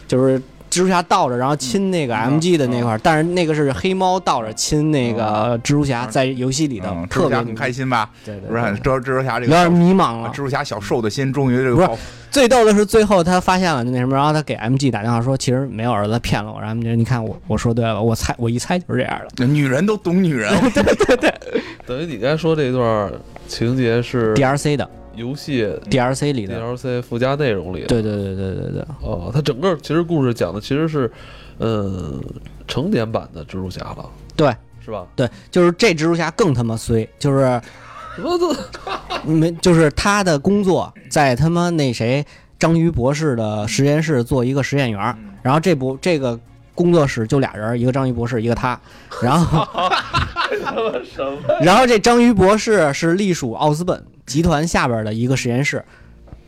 就是蜘蛛侠倒着，然后亲那个
嗯
MG 的那块儿，但是那个是黑猫倒着亲那个蜘蛛侠，在游戏里头
嗯，蜘
特
蛛
别
侠很开，心吧？
对对，
不是，
对
蜘蛛蜘蛛侠这
有点
个
迷茫
小
了
蜘。蛛侠小瘦的心终于这个
不是
爆
最逗的是，最后他发现了那什么，然后他给 MG 打电话说，其实没有儿子骗了我，然后 MG 说你看我我说对了，我猜我一猜就是这样的。
女人都懂女人。
*laughs*
*laughs*
等于你刚才说这段情节是
DLC 的
游戏
DLC 里的，
DLC 附加内容里的。
对对对对对对，
哦，它整个其实故事讲的其实是，嗯，成年版的蜘蛛侠了，
对
是吧？ *laughs*
对，就是这蜘蛛侠更他妈衰，就是
我都
没就是他的工作在他妈那谁章鱼博士的实验室做一个实验员儿，然后这不这个工作室就俩人儿，一个章鱼博士，一个他，然后
*laughs*
然后这章鱼博士是隶属奥斯本集团下边儿的一个实验室，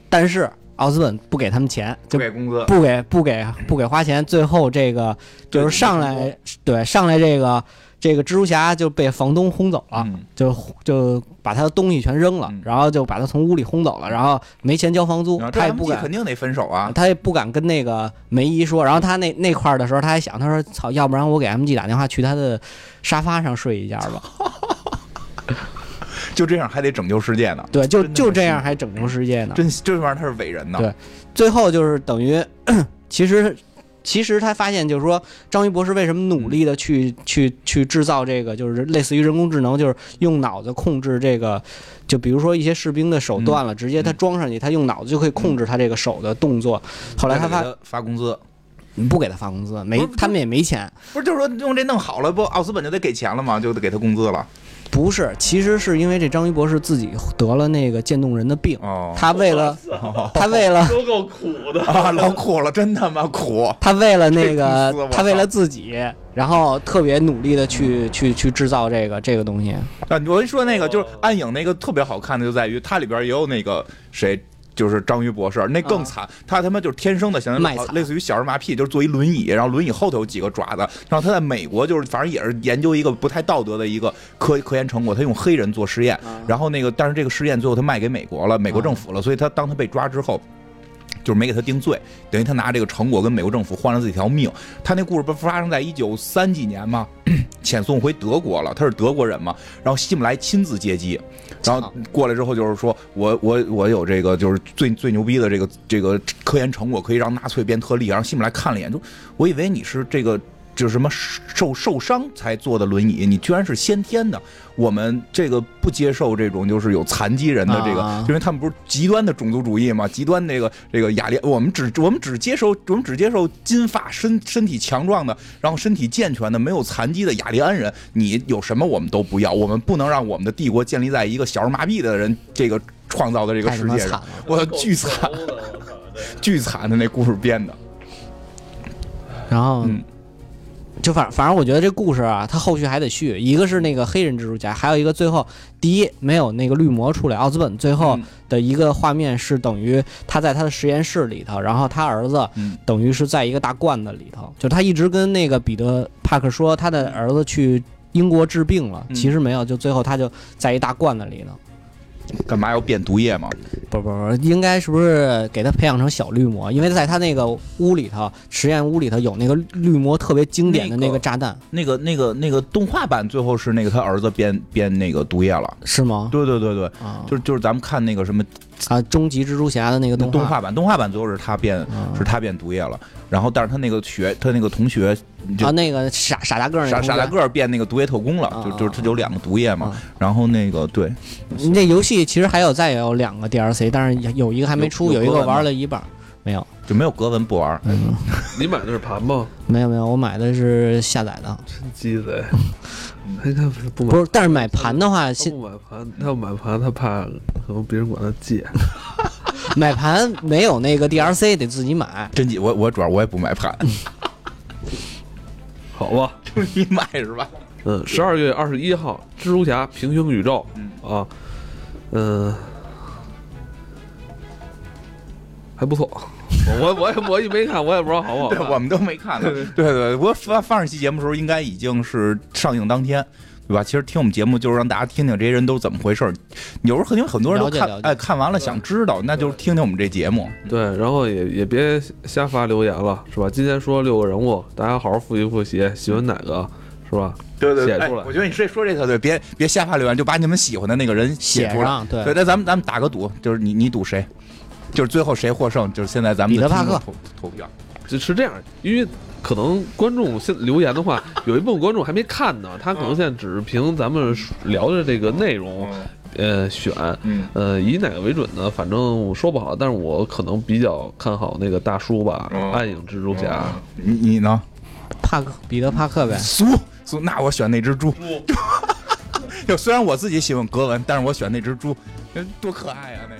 但是奥斯本不给他们钱，
不
就
给嗯工资，
不给不给不给花钱，最后这个就是上来对上来这个这个蜘蛛侠就被房东轰走了，
嗯
就就把他的东西全扔了
嗯，
然后就把他从屋里轰走了，然后没钱交房租
然后，这
他也
们
不
俩
敢嗯
肯定得分手啊，
他也不敢跟那个梅姨说。然后他那那块儿的时候，他还想，他说：“操，要不然我给 MG 打电话，去他的沙发上睡一觉吧。
就这样还得拯救世界呢”。
对，就
真的
就这
是
样还拯救世界呢。
真这玩意儿他是伟人呢，
嗯对最后就是等于， *clears throat* 其实其实他发现就是说，章鱼博士为什么努力的
嗯
去、去去制造这个，就是类似于人工智能，就是用脑子控制这个，就比如说一些士兵的手断
嗯
了，直接他装上去，他用脑子就可以控制他这个手的动作。后来他
再给
发
他发工资，
不给他发工资，
不
没
是
他们也没钱。
不是就是说用这弄好了不，奥斯本就得给钱了吗？就得给他工资了。
不是，其实是因为这章鱼博士自己得了那个渐冻人的病，
哦，
他为了他为了
都够苦的。
*laughs* 啊，老苦了，真他妈苦。
他为了那
这公司
个
我操
他为了自己，然后特别努力的去去去制造这个这个东西。
啊，我一说那个
哦
就是暗影那个特别好看的，就在于它里边也有那个谁。就是章鱼博士，那更
啊
惨，他他妈就是天生的，显
卖
得
惨
类似于小儿麻痹，就是坐一轮椅，然后轮椅后头有几个爪子，然后他在美国就是反正也是研究一个不太道德的一个科科研成果，他用黑人做实验，然后那个但是这个实验最后他卖给美国了，美国政府了，所以他当他被抓之后，就是没给他定罪，等于他拿这个成果跟美国政府换了自己条命。他那故事不是发生在一九三几年吗？ *clears throat* 遣送回德国了，他是德国人嘛，然后希姆莱亲自接机，然后过来之后就是说我我我有这个就是最最牛逼的这个这个科研成果，可以让纳粹变特例。然后希姆莱看了一眼，就我以为你是这个就是什么受受伤才坐的轮椅，你居然是先天的。我们这个不接受这种就是有残疾人的这个，
啊
因为他们不是极端的种族主义嘛，极端那个这个雅利，我们只我们只接受我们只接受金发身身体强壮的，然后身体健全的没有残疾的雅利安人，你有什么我们都不要，我们不能让我们的帝国建立在一个小儿麻痹的人这个创造的这个
太他
世
妈
界
惨
上
了，
我巨惨 *laughs* 巨惨的那故事编的，
然后，
嗯
就反反正我觉得这故事啊，它后续还得续。一个是那个黑人蜘蛛侠，还有一个最后第一没有那个绿魔出来，奥兹本最后
嗯
的一个画面是等于他在他的实验室里头，然后他儿子
嗯
等于是在一个大罐子里头，就他一直跟那个彼得帕克说他的儿子去英国治病了，
嗯
其实没有，就最后他就在一大罐子里头。
干嘛要变毒液嘛？
不不不，应该是不是给他培养成小绿魔？因为在他那个屋里头，实验屋里头有那个绿魔特别经典的
那
那
个
个炸弹，
那个那个那个动画版最后是那个他儿子变变那个毒液了，
是吗？
对对对对，
啊，
就是就是咱们看那个什么
啊，终极蜘蛛侠的那个
那
动
动画版，动画版最后是他变
啊
是他变毒液了，然后但是他那个学他那个同学就
啊，那个傻傻大个儿那
傻
同学
傻大个儿变那个毒液特工了，
啊
就
啊
就是他有两个毒液嘛
啊，
然后那个对，
那游戏其实还有再有两个 DLC，但是有一个还没出，
有有
有一
格
个
文吗
玩了一半儿，没有，
就没有格文不玩儿，
嗯，
你买的是盘吗？
没有没有，我买的是下载的，
真鸡贼！ *laughs* 哎他不买
不，是，但是买盘的话，
他
现
不买盘，他要买盘，他怕可能别人管他借。
买盘没有那个 DLC 得自己买，
真几我我主要我也不买盘， *laughs*
好吧，
就是你买是吧？
嗯，十二月二十一号，蜘蛛侠平行宇宙
嗯
啊，嗯，还不错。我我也我也没看，我也不知道好不好
对，
看。
我们都没看呢。对对对，我发发上期节目的时候，应该已经是上映当天，对吧？其实听我们节目就是让大家听听这些人都是怎么回事儿。有时候肯定很多人都
了解
看
了，解
哎，看完了想知道，那就是听听我们这节目。
*laughs* 对，然后也也别瞎发留言了，是吧？今天说六个人物，大家好好复习复习，喜欢哪个，是吧？
对
对对
对对，
写出来
我觉得你这说这个对，哎别别瞎发留言，就把你们喜欢的那个人写出来。
上对
对，。那咱们咱们打个赌，就是你你赌谁，就是最后谁获胜，就是现在咱们的
彼得帕
听众
克
投投票。
就是这样，因为可能观众现留言的话，有一部分观众还没看呢，他可能现在只是凭咱们聊的这个内容，呃，选，
嗯
呃，以哪个为准呢？反正我说不好，但是我可能比较看好那个大叔吧，
嗯
暗影蜘蛛侠。
你你呢？
帕克彼得帕克
*laughs*
呗，
苏苏，那我选那只猪。 *laughs* 就虽然我自己喜欢格文，但是我选那只猪，多可爱啊！那